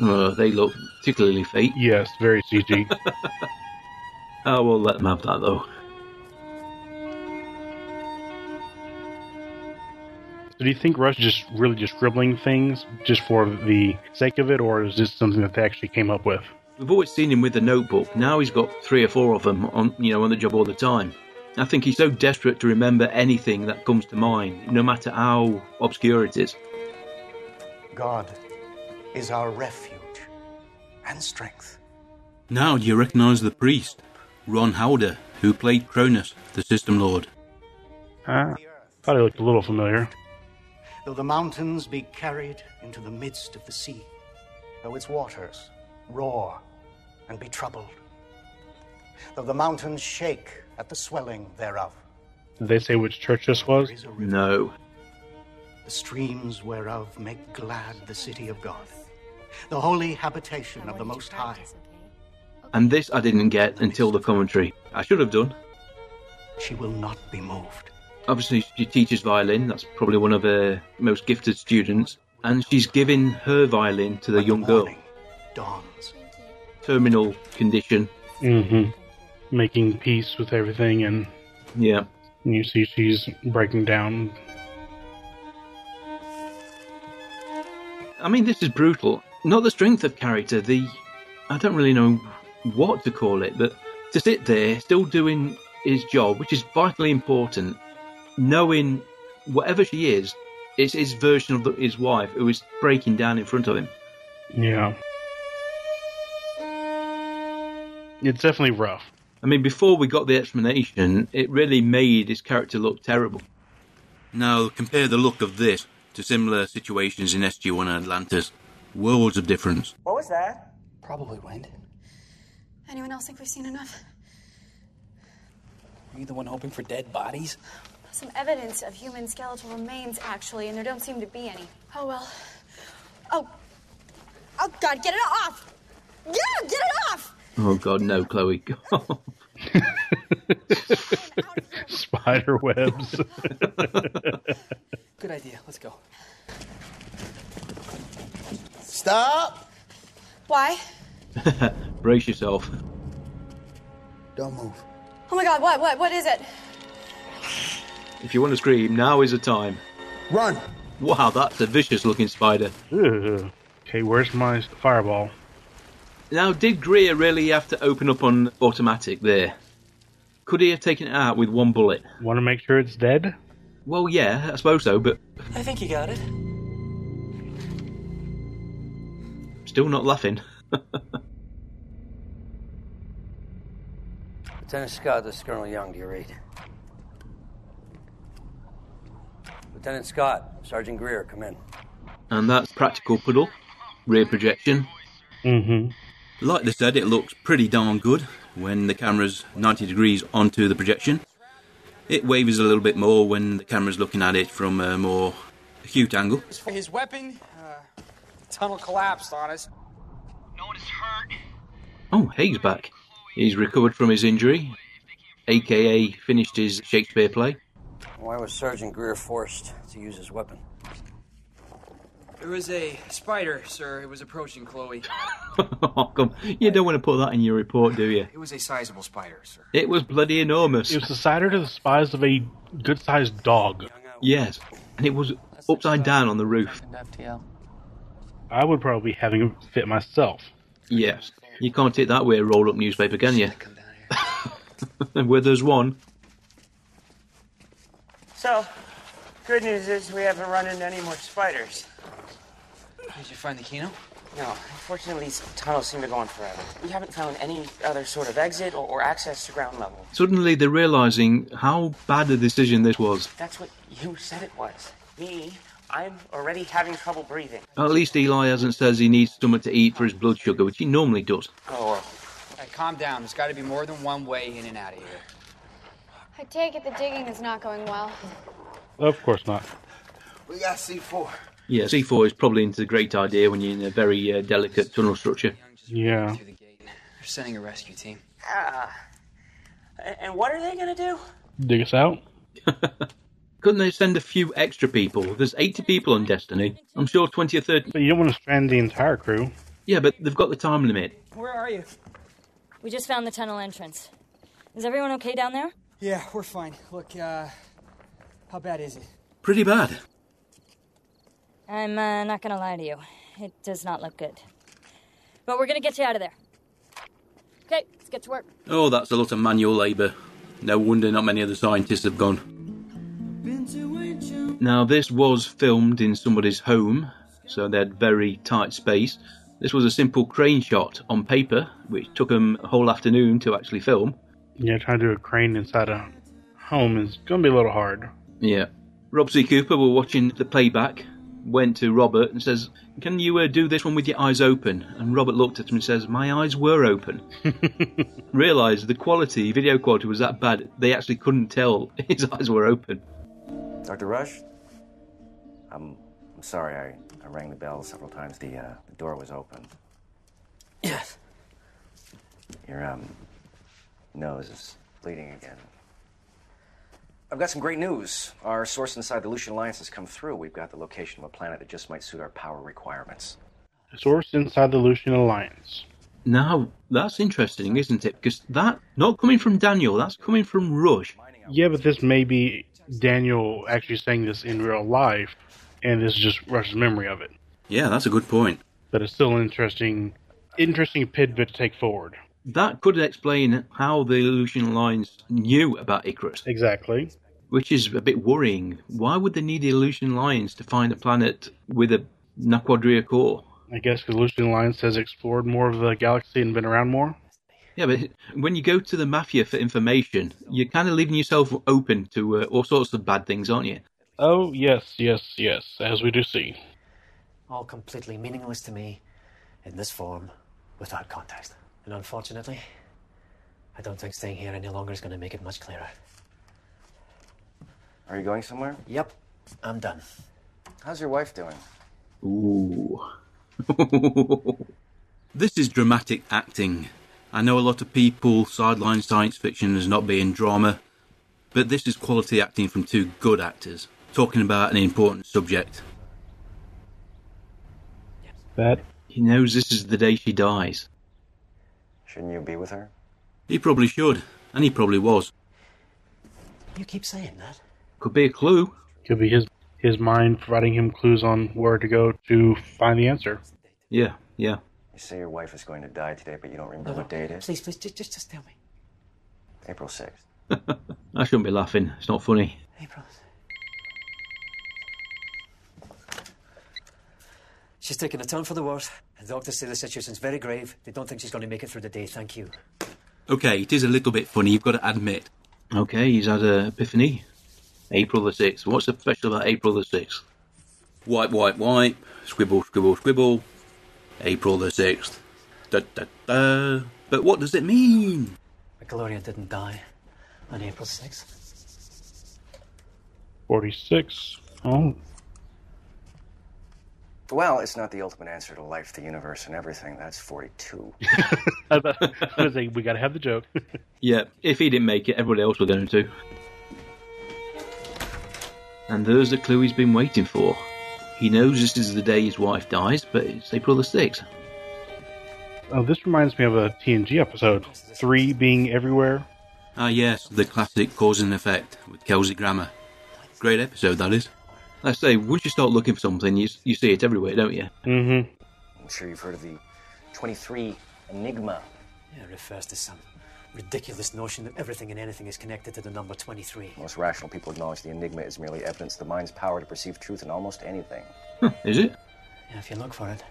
A: Uh, they look particularly fake.
H: Yes, very CG.
A: Oh, we'll let them have that, though.
H: So do you think Rush just really just scribbling things just for the sake of it, or is this something that they actually came up with?
A: We've always seen him with a notebook. Now he's got three or four of them on, you know, on the job all the time. I think he's so desperate to remember anything that comes to mind, no matter how obscure it is.
L: God is our refuge and strength.
A: Now you recognise the priest, Ron Howder, who played Cronus, the system lord.
H: Ah, thought he looked a little familiar.
L: Though the mountains be carried into the midst of the sea, though its waters roar and be troubled, though the mountains shake at the swelling thereof,
H: Did they say which church this was?
A: No.
L: the streams whereof make glad the city of God, the holy habitation of the Most High.
A: And this I didn't get until the commentary. I should have done.
L: She will not be moved.
A: Obviously, she teaches violin. That's probably one of her most gifted students. And she's giving her violin to the young girl.
L: Dawns.
A: Terminal condition.
H: Mm-hmm. Making peace with everything, and
A: Yeah.
H: you see she's breaking down.
A: I mean, this is brutal. Not the strength of character, the. I don't really know what to call it, but to sit there still doing his job, which is vitally important, knowing whatever she is, it's his version of the, his wife who is breaking down in front of him.
H: Yeah. It's definitely rough.
A: I mean, before we got the explanation, it really made his character look terrible. Now, compare the look of this to similar situations in SG1 and Atlantis. Worlds of difference.
O: What was that?
X: Probably wind.
T: Anyone else think we've seen enough?
X: Are you the one hoping for dead bodies?
T: Some evidence of human skeletal remains, actually, and there don't seem to be any. Oh, well. Oh. Oh, God, get it off! Yeah, get it off!
A: Oh, God, no, Chloe.
H: Spider webs.
X: Good idea. Let's go.
F: Stop!
T: Why?
A: Brace yourself.
F: Don't move.
T: Oh, my God, what, what, what is it?
A: If you want to scream, now is the time.
F: Run!
A: Wow, that's a vicious looking spider.
H: Ugh. Okay, where's my fireball?
A: Now, did Greer really have to open up on automatic there? Could he have taken it out with one bullet?
H: Want to make sure it's dead?
A: Well, yeah, I suppose so, but
X: I think you got it.
A: still not laughing.
P: Lieutenant Scott, this is Colonel Young. Do you read? Lieutenant Scott, Sergeant Greer, come in.
A: and that's practical puddle, rear projection.
H: Mm-hmm.
A: Like they said, it looks pretty darn good when the camera's 90 degrees onto the projection. It wavers a little bit more when the camera's looking at it from a more acute angle.
E: As for his weapon, uh, tunnel collapsed on us.
A: Oh, Haig's back. He's recovered from his injury, aka finished his Shakespeare play.
P: Why was Sergeant Greer forced to use his weapon?
X: There was a spider, sir. It was approaching Chloe.
A: Oh, come. You don't want to put that in your report, do you?
X: It was a sizable spider, sir.
A: It was bloody enormous.
H: It was the cider to the size of a good sized dog.
A: Yes, and it was upside down on the roof.
X: FTL.
H: I would probably be having a fit myself.
A: Yes. You can't take that way a roll up newspaper, can you? Where there's one.
O: So, good news is we haven't run into any more spiders.
X: Did you find the keynote?
O: No, unfortunately, these tunnels seem to go on forever. We haven't found any other sort of exit or, or access to ground level.
A: Suddenly they're realizing how bad a decision this was.
O: That's what you said it was. Me, I'm already having trouble breathing.
A: At least Eli hasn't says he needs something to eat for his blood sugar, which he normally does.
O: Oh, well.
X: All right, calm down. There's got to be more than one way in and out of here.
T: I take it the digging is not going well.
H: Of course not.
X: We got C4.
A: Yeah, C4 is probably into the great idea when you're in a very uh, delicate tunnel structure.
H: Yeah.
X: Through the gate. They're sending a rescue team.
O: Ah. A- And what are they gonna do?
H: Dig us out?
A: Couldn't they send a few extra people? There's 80 people on Destiny. I'm sure 20 or 30.
H: But you don't want to strand the entire crew.
A: Yeah, but they've got the time limit.
E: Where are you?
B: We just found the tunnel entrance. Is everyone okay down there?
E: Yeah, we're fine. Look, uh, how bad is it?
A: Pretty bad.
B: I'm uh, not gonna lie to you. It does not look good. But we're gonna get you out of there. Okay, let's get to work.
A: Oh, that's a lot of manual labour. No wonder not many of the scientists have gone. Now, this was filmed in somebody's home, so they had very tight space. This was a simple crane shot on paper, which took them a whole afternoon to actually film.
H: Yeah, trying to do a crane inside a home is going to be a little hard.
A: Yeah. Rob C. Cooper were watching the playback, went to Robert and says, Can you uh, do this one with your eyes open? And Robert looked at him and says, My eyes were open. Realised the quality, video quality was that bad, they actually couldn't tell his eyes were open.
C: Dr. Rush? I'm, I'm sorry, I, I rang the bell several times. The, uh, the door was open.
P: Yes.
C: Your um, nose is bleeding again. I've got some great news. Our source inside the Lucian Alliance has come through. We've got the location of a planet that just might suit our power requirements.
H: Source inside the Lucian Alliance.
A: Now, that's interesting, isn't it? Because that, not coming from Daniel, that's coming from Rush.
H: Yeah, but this may be Daniel actually saying this in real life, and this is just Rush's memory of it.
A: Yeah, that's a good point.
H: But it's still an interesting, interesting tidbit to take forward.
A: That could explain how the Lucian Alliance knew about Icarus.
H: Exactly.
A: Which is a bit worrying. Why would they need the Lucian Alliance to find a planet with a Naquadria core?
H: I guess because Lucian Alliance has explored more of the galaxy and been around more.
A: Yeah, but when you go to the Mafia for information, you're kind of leaving yourself open to uh, all sorts of bad things, aren't you?
H: Oh, yes, yes, yes, as we do see.
W: All completely meaningless to me in this form without context. And unfortunately, I don't think staying here any longer is going to make it much clearer.
C: Are you going somewhere?
W: Yep, I'm done.
C: How's your wife doing?
A: Ooh. this is dramatic acting. I know a lot of people sideline science fiction as not being drama, but this is quality acting from two good actors talking about an important subject.
H: That
A: he knows this is the day she dies.
C: Shouldn't you be with her?
A: He probably should, and he probably was.
W: You keep saying that.
A: Could be a clue.
H: Could be his his mind providing him clues on where to go to find the answer.
A: Yeah, yeah.
C: You say your wife is going to die today, but you don't remember
W: No, no.
C: what day it is.
W: Please, please, just, just, just tell me.
C: April sixth.
A: I shouldn't be laughing. It's not funny.
W: April. She's taken a turn for the worse. The doctors say the situation's very grave. They don't think she's going to make it through the day. Thank you.
A: Okay, it is a little bit funny. You've got to admit. Okay, he's had a epiphany. April the sixth. What's so special about April the sixth? Wipe, wipe, wipe. Scribble, scribble, scribble. April the sixth. Da da da. But what does it mean?
W: Gloria didn't die on April 6th.
H: 46. Oh,
C: Well, it's not the ultimate answer to life, the universe, and everything. That's forty-two.
H: I was gonna say, we got to have the joke.
A: Yeah, if he didn't make it, everybody else were going to. And there's the clue he's been waiting for. He knows this is the day his wife dies, but it's April the 6th.
H: Oh, this reminds me of a TNG episode. Three being everywhere.
A: Ah, yes, the classic cause and effect with Kelsey Grammer. Great episode, that is. I say, once you start looking for something, you, you see it everywhere, don't you?
H: Mm-hmm.
C: I'm sure you've heard of the twenty-three enigma.
W: Yeah, it refers to some ridiculous notion that everything and anything is connected to the number 23.
C: Most rational people acknowledge the enigma is merely evidence of the mind's power to perceive truth in almost anything.
A: Hmm, Is it?
W: Yeah, if you look for it,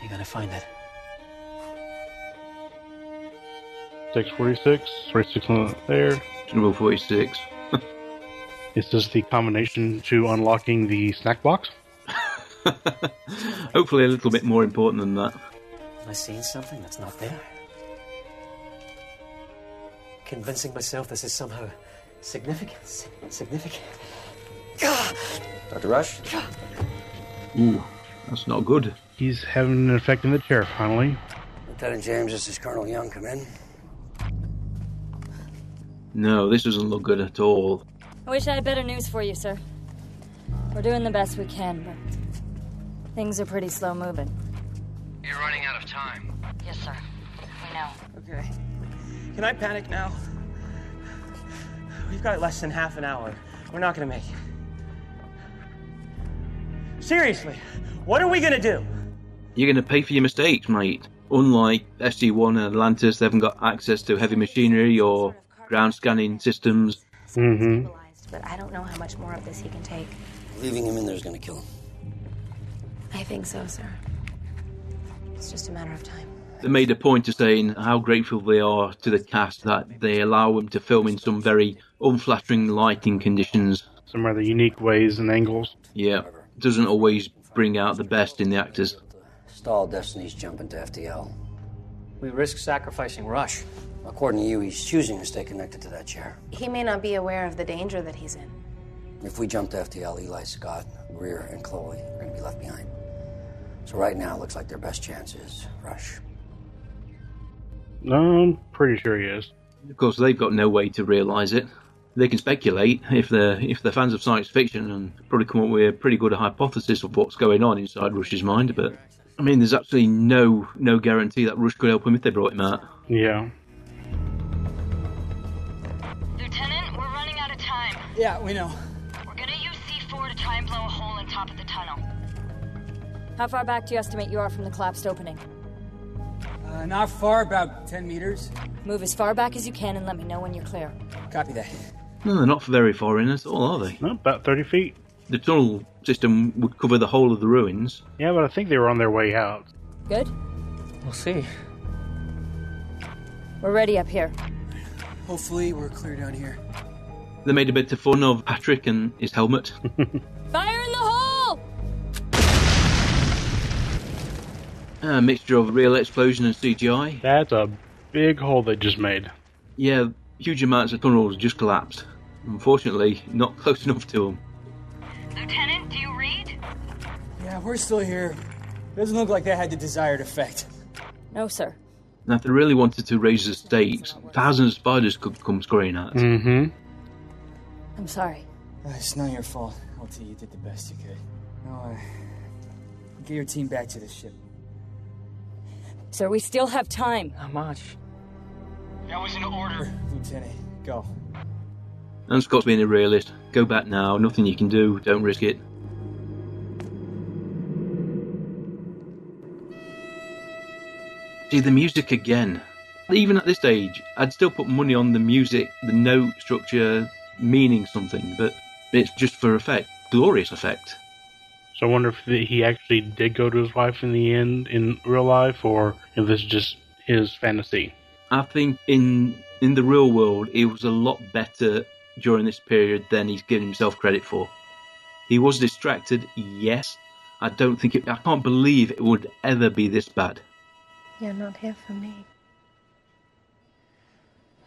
W: you're going to find it.
H: 646. 46 on there.
A: Number 46.
H: Is this the combination to unlocking the snack box?
A: Hopefully, a little bit more important than that.
W: Am I seeing something that's not there? Convincing myself this is somehow significant. si- Significant. Ah!
C: Dr. Rush?
A: Ooh, that's not good.
H: He's having an effect in the chair, finally.
P: Lieutenant James, this is Colonel Young. Come in.
A: No, this doesn't look good at all.
B: I wish I had better news for you, sir. We're doing the best we can, but things are pretty slow moving.
D: You're running out of time.
B: Yes, sir. We know.
O: Okay.
S: Can I panic now? We've got less than half an hour. We're not gonna make it. Seriously, what are we gonna do?
A: You're going to pay for your mistakes, mate. Unlike SG1 and Atlantis, they haven't got access to heavy machinery or ground scanning systems.
H: Mm-hmm.
J: But I don't know how much more of this he can take.
P: Leaving him in there is going to kill him.
G: I think so, sir. It's just a matter of time.
A: They made a point of saying how grateful they are to the cast that they allow them to film in some very unflattering lighting conditions.
H: Some rather unique ways and angles.
A: Yeah, doesn't always bring out the best in the actors.
P: Stall Destiny's jumping to FTL.
W: We risk sacrificing Rush.
P: According to you, he's choosing to stay connected to that chair.
G: He may not be aware of the danger that he's in.
P: If we jump to FTL, Eli Scott, Greer, and Chloe are going to be left behind. So right now, it looks like their best chance is Rush.
H: No, I'm pretty sure he is.
A: Of course, they've got no way to realise it. They can speculate if they're if they're fans of science fiction and probably come up with a pretty good hypothesis of what's going on inside Rush's mind. But I mean, there's absolutely no no guarantee that Rush could help him if they brought him out.
H: Yeah.
J: Lieutenant, we're running out of time.
X: Yeah, we know.
J: We're gonna use C4 to try and blow a hole in top of the tunnel.
B: How far back do you estimate you are from the collapsed opening?
X: Uh, not far, about 10 meters.
B: Move as far back as you can and let me know when you're clear.
X: Copy that.
A: No, they're not very far in at all, are they?
H: No, about 30 feet.
A: The tunnel system would cover the whole of the ruins.
H: Yeah, but I think they were on their way out.
B: Good?
W: We'll see.
B: We're ready up here.
X: Hopefully, we're clear down here.
A: They made a bit of fun of Patrick and his helmet.
B: Fire in the hole!
A: a mixture of real explosion and CGI.
H: That's a big hole they just made.
A: Yeah, huge amounts of tunnels just collapsed. Unfortunately, not close enough to them.
J: Lieutenant, do you read?
X: Yeah, we're still here. Doesn't look like that had the desired effect.
B: No, sir.
A: Now, if they really wanted to raise the stakes, thousands of spiders could come scurrying at us.
H: Mm-hmm.
B: I'm sorry.
X: Uh, it's not your fault. LT, you did the best you could. Now, uh, get your team back to the ship.
B: Sir, we still have time.
X: How much?
D: That was an order.
X: Lieutenant, go.
A: And Scott's being a realist. Go back now. Nothing you can do. Don't risk it. See, the music again. Even at this age, I'd still put money on the music, the note structure, meaning something, but it's just for effect. Glorious effect.
H: So I wonder if the, he actually did go to his wife in the end in real life, or if this is just his fantasy.
A: I think in in the real world, he was a lot better during this period than he's given himself credit for. He was distracted, yes. I don't think it, I can't believe it would ever be this bad.
G: You're not here for me.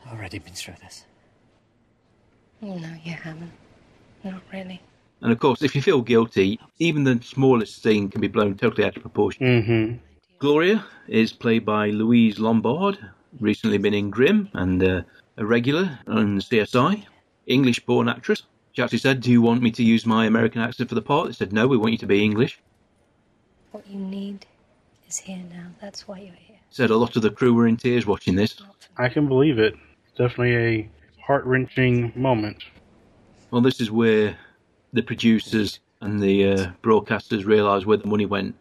W: I've already been through this.
G: No, you haven't. Not really.
A: And of course, if you feel guilty, even the smallest thing can be blown totally out of proportion.
H: Mm-hmm.
A: Gloria is played by Louise Lombard, recently been in Grimm and uh, a regular on CSI, English born actress. She actually said, Do you want me to use my American accent for the part? They said, No, we want you to be English.
G: What you need is here now. That's why you're here.
A: Said a lot of the crew were in tears watching this.
H: I can believe it. It's definitely a heart wrenching moment.
A: Well, this is where the producers and the uh, broadcasters realise where the money went.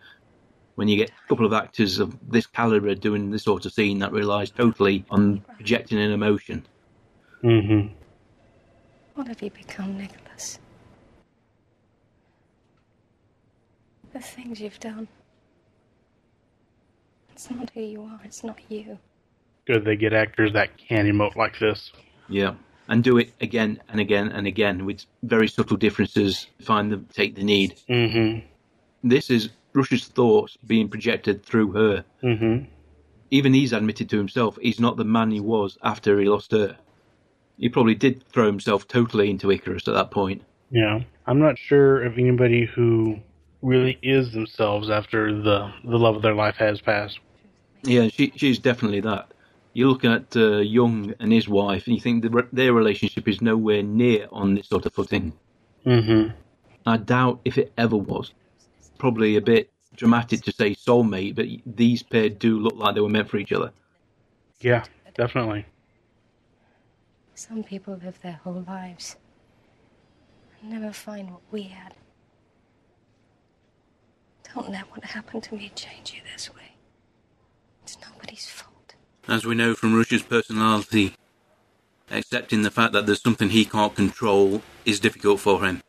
A: When you get a couple of actors of this calibre doing this sort of scene, that relies totally on projecting an emotion.
H: Mm-hmm.
G: What have you become, Nicholas? The things you've done. It's not who you are, it's not you.
H: Good they get actors that can emote like this.
A: Yeah. And do it again and again and again with very subtle differences. Find the take the need.
H: Mm-hmm.
A: This is Rush's thoughts being projected through her.
H: Mm-hmm.
A: Even he's admitted to himself he's not the man he was after he lost her. He probably did throw himself totally into Icarus at that point.
H: Yeah, I'm not sure of anybody who really is themselves after the the love of their life has passed.
A: Yeah, she she's definitely that you look at uh, Young and his wife, and you think the, their relationship is nowhere near on this sort of footing.
H: Mm-hmm.
A: I doubt if it ever was. Probably a bit dramatic to say soulmate, but these pair do look like they were meant for each other.
H: Yeah, definitely.
G: Some people live their whole lives and never find what we had. Don't let what happened to me change you this way. It's nobody's fault
A: as we know from Rush's personality, accepting the fact that there's something he can't control is difficult for him.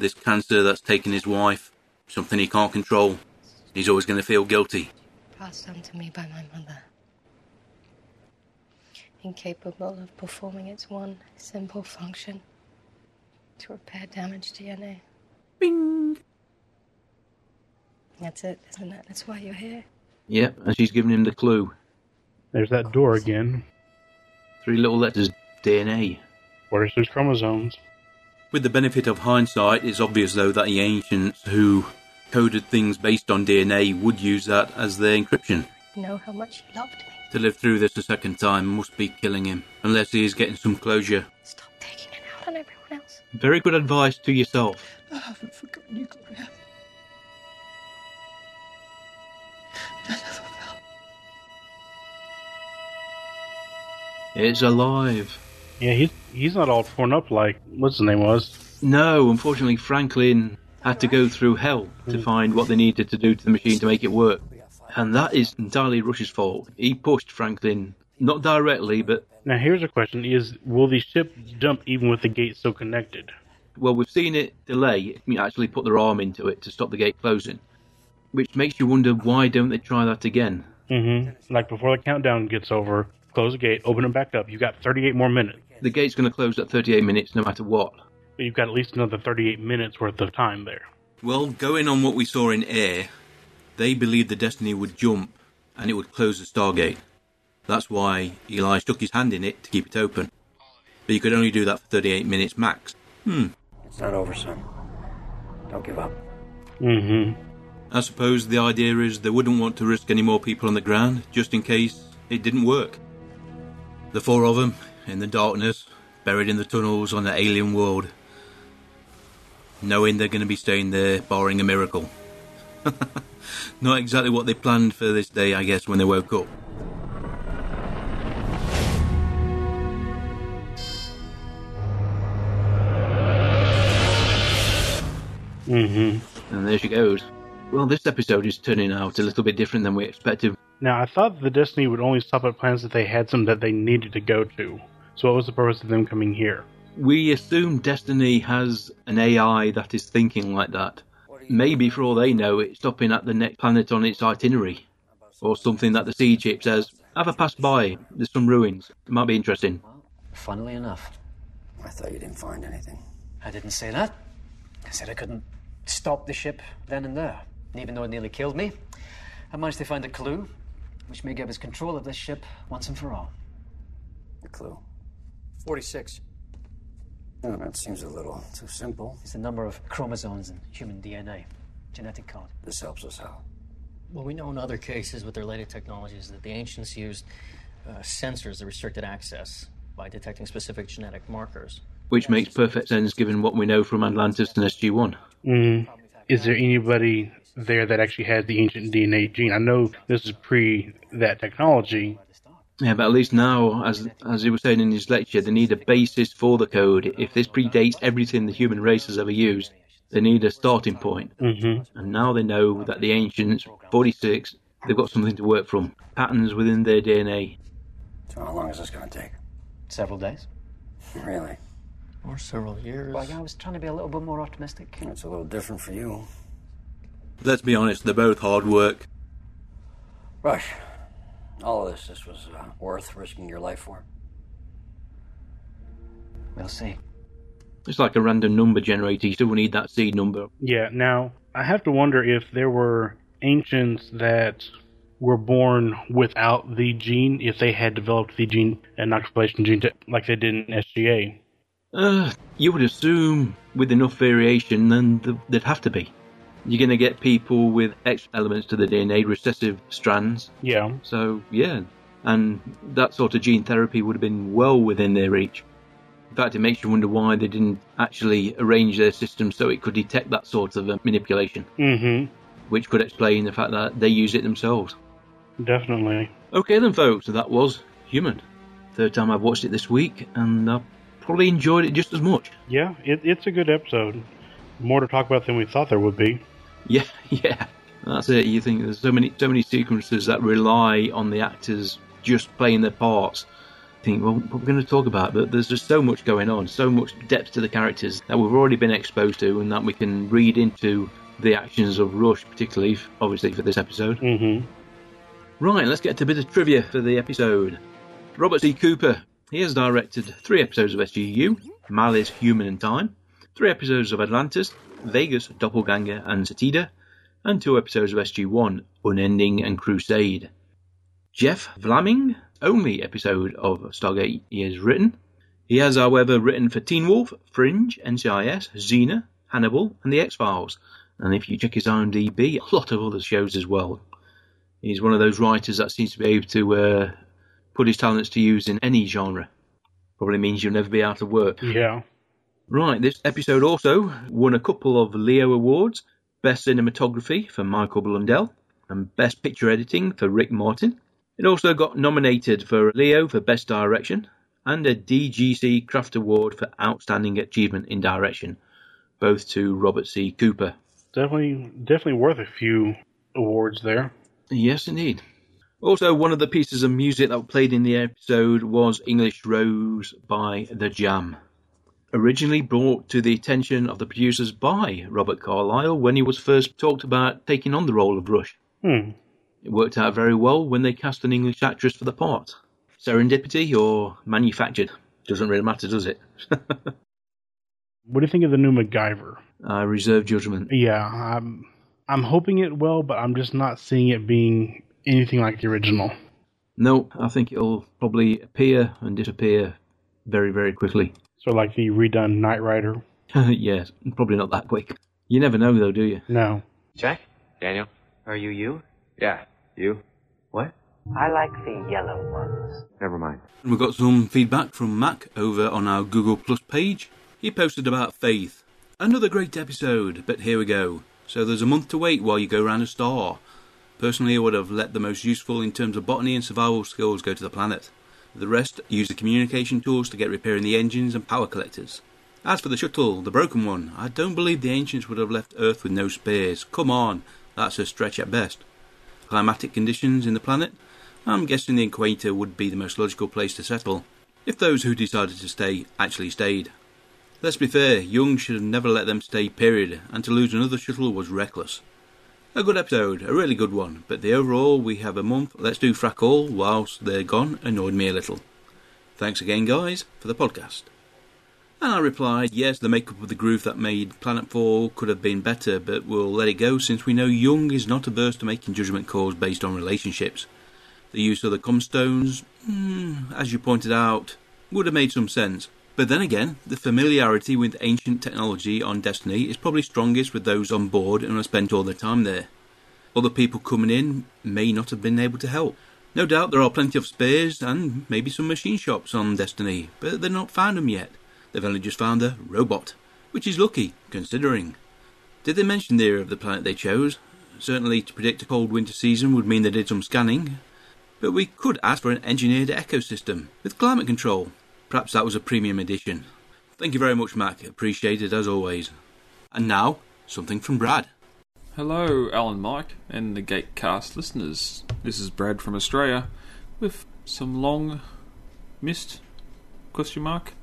A: This cancer that's taken his wife, something he can't control. He's always going to feel guilty.
G: Passed on to me by my mother. Incapable of performing its one simple function to repair damaged DNA. Bing! That's it, isn't it? That's why you're here.
A: Yep, and she's giving him the clue.
H: There's that door again.
A: Three little letters DNA.
H: Where's those chromosomes?
A: With the benefit of hindsight, it's obvious though that the ancients who coded things based on DNA would use that as their encryption.
G: You know how much you loved me.
A: To live through this a second time must be killing him, unless he is getting some closure.
G: Out on everyone else.
A: Very good advice to yourself.
I: I haven't forgotten you, Gloria. I never will.
A: It's alive.
H: Yeah, he's he's not all torn up like what's his name was.
A: No, unfortunately, Franklin had to go through hell
H: Hmm.
A: to find what they needed to do to the machine to make it work. And that is entirely Rush's fault. He pushed Franklin, not directly, but.
H: Now here's a question: Is will the ship jump even with the gate still connected?
A: Well, we've seen it delay. I mean, actually put their arm into it to stop the gate closing, which makes you wonder why don't they try that again?
H: Mm-hmm. Like before the countdown gets over, close the gate, open it back up. You've got 38 more minutes.
A: The gate's going to close at 38 minutes, no matter what.
H: But you've got at least another 38 minutes worth of time there.
A: Well, going on what we saw in Air, they believed the Destiny would jump and it would close the Stargate. That's why Eli stuck his hand in it to keep it open. But you could only do that for 38 minutes max. Hmm.
P: It's not over, son. Don't give up.
H: Mm-hmm.
A: I suppose the idea is they wouldn't want to risk any more people on the ground just in case it didn't work. The four of them, in the darkness, buried in the tunnels on the alien world, knowing they're going to be staying there barring a miracle. Not exactly what they planned for this day, I guess, when they woke up.
H: Mm-hmm.
A: And there she goes. Well, this episode is turning out a little bit different than we expected.
H: Now I thought the Destiny would only stop at planets that they had some that they needed to go to. So what was the purpose of them coming here?
A: We assume Destiny has an AI that is thinking like that. Maybe for all they know, it's stopping at the next planet on its itinerary, or something that the sea chip says. Have a pass by. There's some ruins. It might be interesting.
W: Funnily enough,
P: I thought you didn't find anything.
W: I didn't say that. I said I couldn't stop the ship then and there. And even though it nearly killed me, I managed to find a clue which may give us control of this ship once and for all.
P: The clue.
W: 46.
P: No, that seems a little too simple.
W: It's the number of chromosomes in human DNA, genetic code.
P: This helps us out.
R: Well, we know in other cases with their later technologies that the ancients used uh, sensors that restricted access by detecting specific genetic markers.
A: Which makes perfect sense given what we know from Atlantis and SG1.
H: Mm. Is there anybody there that actually has the ancient DNA gene? I know this is pre that technology,
A: yeah, but at least now, as as he was saying in his lecture, they need a basis for the code. If this predates everything the human race has ever used, they need a starting point.
H: Mm-hmm.
A: And now they know that the ancients, 46, they've got something to work from. Patterns within their DNA.
P: So how long is this going to take?
W: Several days.
P: Really?
R: Or several years.
W: Well, I was trying to be a little bit more optimistic.
P: It's a little different for you.
A: Let's be honest, they're both hard work.
P: Rush, all of this, this was uh, worth risking your life for.
W: We'll see.
A: It's like a random number generator. You still need that seed number.
H: Yeah. Now I have to wonder if there were ancients that were born without the gene, if they had developed the gene an inoculation gene to, like they did in SGA.
A: Uh, you would assume with enough variation, then th- there'd have to be you're going to get people with extra elements to the DNA, recessive strands.
H: Yeah.
A: So, yeah. And that sort of gene therapy would have been well within their reach. In fact, it makes you wonder why they didn't actually arrange their system so it could detect that sort of uh, manipulation,
H: mm-hmm.
A: which could explain the fact that they use it themselves.
H: Definitely.
A: Okay, then, folks, that was Human. Third time I've watched it this week, and I probably enjoyed it just as much.
H: Yeah, it, it's a good episode. More to talk about than we thought there would be.
A: Yeah, yeah. That's it. You think there's so many so many sequences that rely on the actors just playing their parts. You think, well, we're going to talk about, but there's just so much going on, so much depth to the characters that we've already been exposed to, and that we can read into the actions of Rush, particularly f- obviously for this episode. Mm-hmm. Right, let's get to a bit of trivia for the episode. Robert C. Cooper, he has directed three episodes of SGU, Malice, Human and Time, three episodes of Atlantis, Vegas, Doppelganger and Satida, and two episodes of SG1, Unending and Crusade. Jeff Vlaming, only episode of Stargate he has written. He has, however, written for Teen Wolf, Fringe, NCIS, Xena, Hannibal, and The X Files. And if you check his IMDb, a lot of other shows as well. He's one of those writers that seems to be able to uh, put his talents to use in any genre. Probably means you'll never be out of work.
H: Yeah.
A: Right, this episode also won a couple of Leo Awards Best Cinematography for Michael Blundell and Best Picture Editing for Rick Martin. It also got nominated for Leo for Best Direction and a DGC Craft Award for Outstanding Achievement in Direction, both to Robert C. Cooper.
H: Definitely, definitely worth a few awards there.
A: Yes, indeed. Also, one of the pieces of music that played in the episode was English Rose by The Jam. Originally brought to the attention of the producers by Robert Carlyle when he was first talked about taking on the role of Rush.
H: Hmm.
A: It worked out very well when they cast an English actress for the part. Serendipity or manufactured? Doesn't really matter, does it?
H: What do you think of the new MacGyver?
A: I reserve judgment.
H: Yeah, I'm I'm hoping it will, but I'm just not seeing it being anything like the original.
A: No, I think it'll probably appear and disappear very, very quickly.
H: So like the redone Knight Rider.
A: yes, probably not that quick. You never know though, do you?
H: No.
K: Jack, Daniel, are you you? Yeah, you. What?
Q: I like the yellow ones.
K: Never mind.
A: We've got some feedback from Mac over on our Google Plus page. He posted about Faith. Another great episode, but here we go. So there's a month to wait while you go round a star. Personally, I would have let the most useful in terms of botany and survival skills go to the planet. The rest use the communication tools to get repairing the engines and power collectors. As for the shuttle, the broken one, I don't believe the ancients would have left Earth with no spares. Come on, that's a stretch at best. Climatic conditions in the planet, I'm guessing the equator would be the most logical place to settle, if those who decided to stay actually stayed. Let's be fair, Young should have never let them stay, period, and to lose another shuttle was reckless. A good episode, a really good one, but the overall we have a month, let's do frack all whilst they're gone annoyed me a little. Thanks again, guys, for the podcast. And I replied, yes, the makeup of the groove that made Planet 4 could have been better, but we'll let it go since we know Young is not averse to making judgment calls based on relationships. The use of the comstones, mm, as you pointed out, would have made some sense. But then again, the familiarity with ancient technology on Destiny is probably strongest with those on board and have spent all their time there. Other people coming in may not have been able to help. No doubt there are plenty of spares and maybe some machine shops on Destiny, but they've not found them yet. They've only just found a robot, which is lucky, considering. Did they mention the area of the planet they chose? Certainly, to predict a cold winter season would mean they did some scanning, but we could ask for an engineered ecosystem with climate control. Perhaps that was a premium edition. Thank you very much, Mac. Appreciated as always. And now, something from Brad.
Z: Hello, Alan Mike and the Gatecast listeners. This is Brad from Australia with some long missed question mark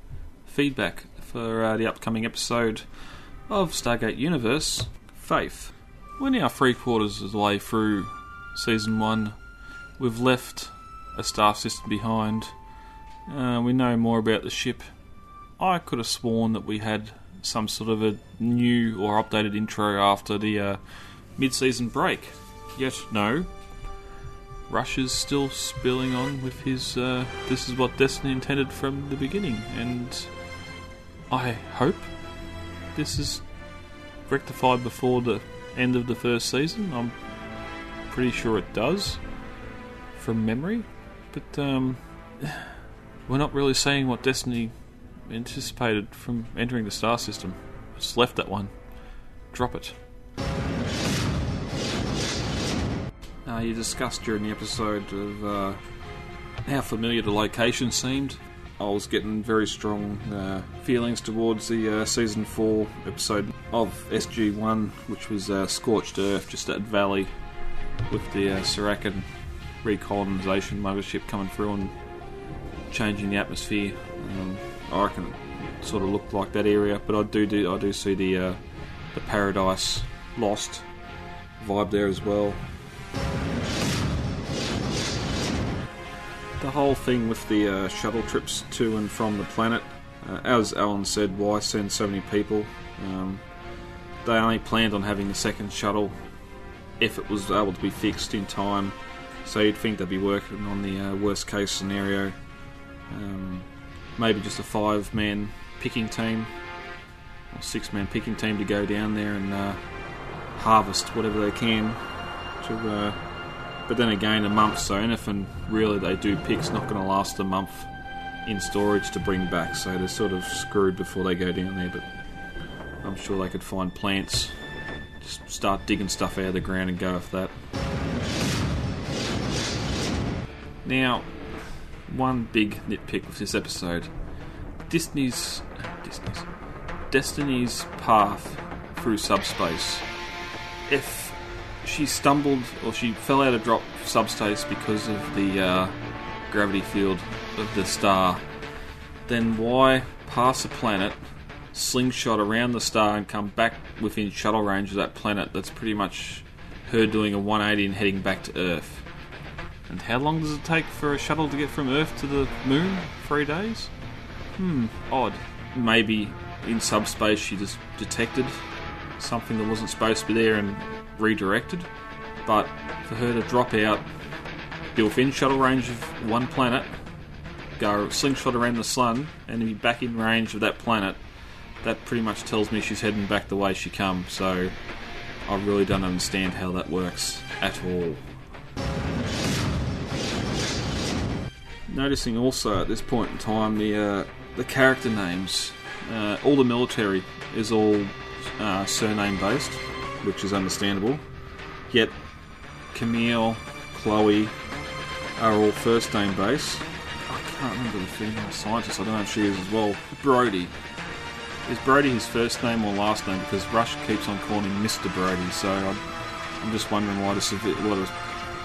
Z: feedback for uh, the upcoming episode of Stargate Universe Faith. We're now three quarters of the way through season one, we've left a star system behind. Uh, we know more about the ship. I could have sworn that we had some sort of a new or updated intro after the uh, mid season break. Yet, no. Rush is still spilling on with his uh, this is what Destiny intended from the beginning, and I hope this is rectified before the end of the first season. I'm pretty sure it does from memory, but um, we're not really seeing what Destiny anticipated from entering the star system. It's left that one. Drop it. Uh, you discussed during the episode of uh, how familiar the location seemed. I was getting very strong uh, feelings towards the uh, season four episode of SG One, which was uh, scorched earth, just that valley with the uh, Sarakan Recolonization mothership coming through and changing the atmosphere. Um, I reckon it sort of looked like that area, but I do, do I do see the uh, the paradise Lost vibe there as well. The whole thing with the uh, shuttle trips to and from the planet, uh, as Alan said, why send so many people? Um, they only planned on having the second shuttle if it was able to be fixed in time. So you'd think they'd be working on the uh, worst case scenario. Um, maybe just a five man picking team or six man picking team to go down there and uh, harvest whatever they can. To, uh, but then again, a month, so anything really they do pick's not going to last a month in storage to bring back, so they're sort of screwed before they go down there. But I'm sure they could find plants, just start digging stuff out of the ground and go with that. Now, one big nitpick with this episode Disney's. Disney's. Destiny's path through subspace. If she stumbled or she fell out of drop subspace because of the uh, gravity field of the star, then why pass a planet, slingshot around the star, and come back within shuttle range of that planet? That's pretty much her doing a 180 and heading back to Earth. And how long does it take for a shuttle to get from Earth to the moon? Three days? Hmm, odd. Maybe in subspace she just detected something that wasn't supposed to be there and redirected. But for her to drop out, be within shuttle range of one planet, go slingshot around the sun, and be back in range of that planet, that pretty much tells me she's heading back the way she come. So I really don't understand how that works at all. Noticing also at this point in time the uh, the character names uh, all the military is all uh, surname based, which is understandable. Yet Camille, Chloe are all first name based. I can't remember the female scientist. I don't know if she is as well. Brody is Brody his first name or last name? Because Rush keeps on calling him Mr. Brody. So I'm, I'm just wondering why the civi- well,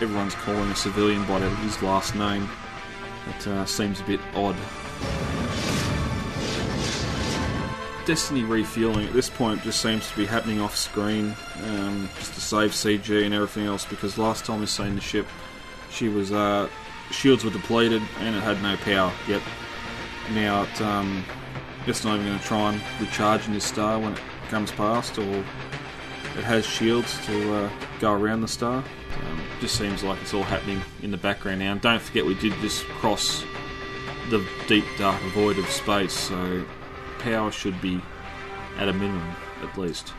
Z: everyone's calling a civilian by his last name. That uh, seems a bit odd. Destiny refueling at this point just seems to be happening off screen, um, just to save CG and everything else. Because last time we seen the ship, she was uh, shields were depleted and it had no power. Yet now it, um, it's not even going to try and recharge in this star when it comes past, or it has shields to uh, go around the star. Um, just seems like it's all happening in the background now. And don't forget, we did just cross the deep dark void of space, so power should be at a minimum, at least.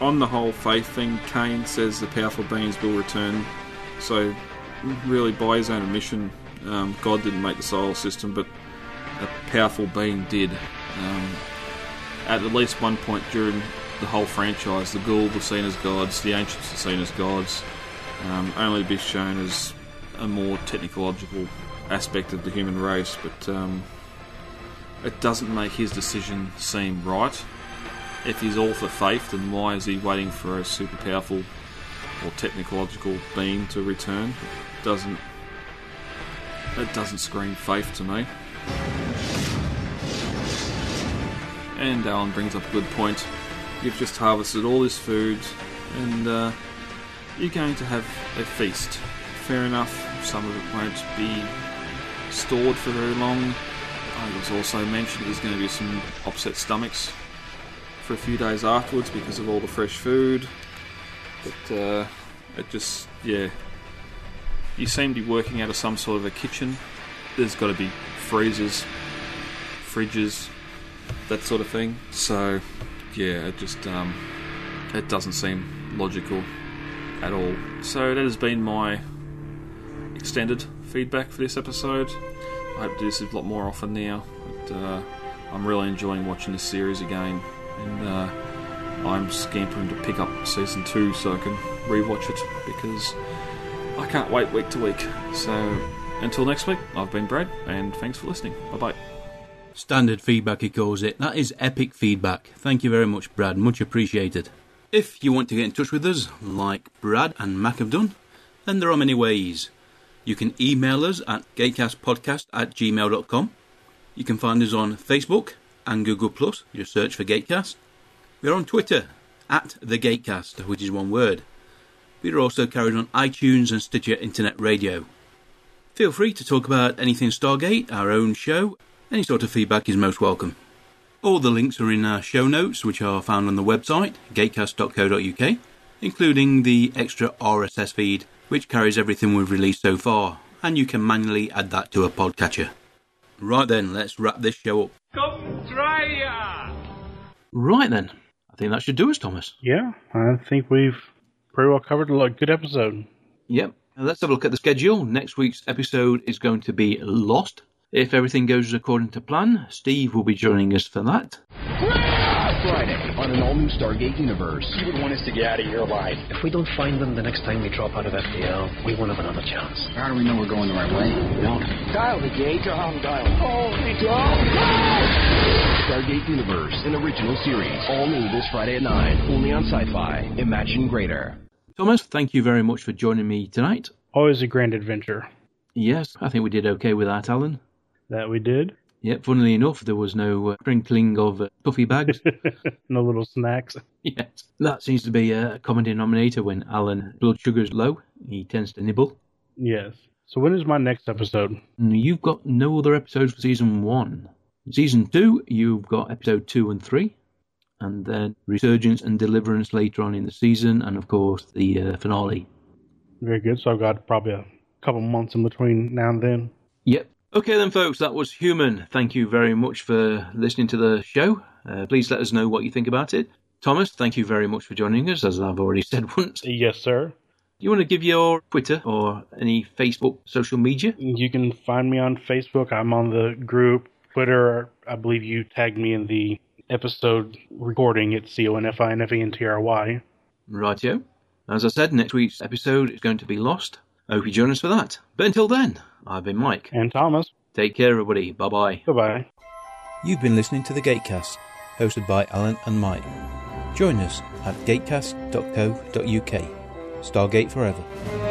Z: On the whole faith thing, Kane says the powerful beings will return. So, really, by his own admission, um, God didn't make the solar system, but a powerful being did. Um, at at least one point during the whole franchise, the Gould were seen as gods, the Ancients were seen as gods, um, only to be shown as a more technological aspect of the human race, but um, it doesn't make his decision seem right. If he's all for faith, then why is he waiting for a super powerful or technological being to return? It doesn't it doesn't scream faith to me. And Alan brings up a good point. You've just harvested all this food, and uh, you're going to have a feast fair enough. Some of it won't be stored for very long. I was also mentioned there's going to be some upset stomachs for a few days afterwards because of all the fresh food. But uh, it just, yeah. You seem to be working out of some sort of a kitchen. There's got to be freezers, fridges, that sort of thing. So, yeah, it just um, it doesn't seem logical at all. So that has been my extended feedback for this episode. I hope to do this a lot more often now. But, uh, I'm really enjoying watching this series again, and uh, I'm scampering to pick up season two so I can rewatch it because I can't wait week to week. So until next week, I've been Brad, and thanks for listening. Bye bye.
A: Standard feedback, he calls it. That is epic feedback. Thank you very much, Brad. Much appreciated. If you want to get in touch with us, like Brad and Mac have done, then there are many ways. You can email us at gatecastpodcast at gmail.com. You can find us on Facebook, and Google Plus. Just search for Gatecast. We're on Twitter at the Gatecast, which is one word. We are also carried on iTunes and Stitcher Internet Radio. Feel free to talk about anything Stargate, our own show. Any sort of feedback is most welcome. All the links are in our show notes, which are found on the website, gatecast.co.uk, including the extra RSS feed, which carries everything we've released so far, and you can manually add that to a podcatcher. Right then, let's wrap this show up.
D: Come try ya!
A: Right then, I think that should do us, Thomas.
H: Yeah, I think we've pretty well covered a lot. Good episode.
A: Yep. Now let's have a look at the schedule. Next week's episode is going to be Lost. If everything goes according to plan, Steve will be joining us for that.
L: Friday on an all-new Stargate universe. You would want us to get out of here alive.
M: If we don't find them the next time we drop out of FDL, we won't have another chance.
L: How do we know we're going the right way? We don't.
N: Dial the gate. Down, dial. Holy
L: Stargate Universe, an original series, all new this Friday at nine, only on Sci-Fi. Imagine greater.
A: Thomas, thank you very much for joining me tonight.
H: Always a grand adventure.
A: Yes, I think we did okay with that, Alan.
H: That we did.
A: Yep, funnily enough, there was no uh, crinkling of uh, puffy bags.
H: no little snacks.
A: Yes, that seems to be a common denominator when Alan blood sugar is low. He tends to nibble. Mm,
H: Yes. So when is my next episode?
A: You've got no other episodes for season one. Season two, you've got episode two and three, and then resurgence and deliverance later on in the season, and of course the uh, finale.
H: Very good. So I've got probably a couple months in between now and then.
A: Yep. Okay, then, folks, that was Human. Thank you very much for listening to the show. Uh, please let us know what you think about it. Thomas, thank you very much for joining us, as I've already said once.
H: Yes, sir.
A: You want to give your Twitter or any Facebook social media?
H: You can find me on Facebook. I'm on the group Twitter. I believe you tagged me in the episode recording. It's C O N F I N F E N T R Y.
A: Rightio. As I said, next week's episode is going to be Lost. I hope you join us for that. But until then, I've been Mike.
H: And Thomas.
A: Take care, everybody. Bye bye.
H: Bye bye.
A: You've been listening to The Gatecast, hosted by Alan and Mike. Join us at gatecast.co.uk. Stargate Forever.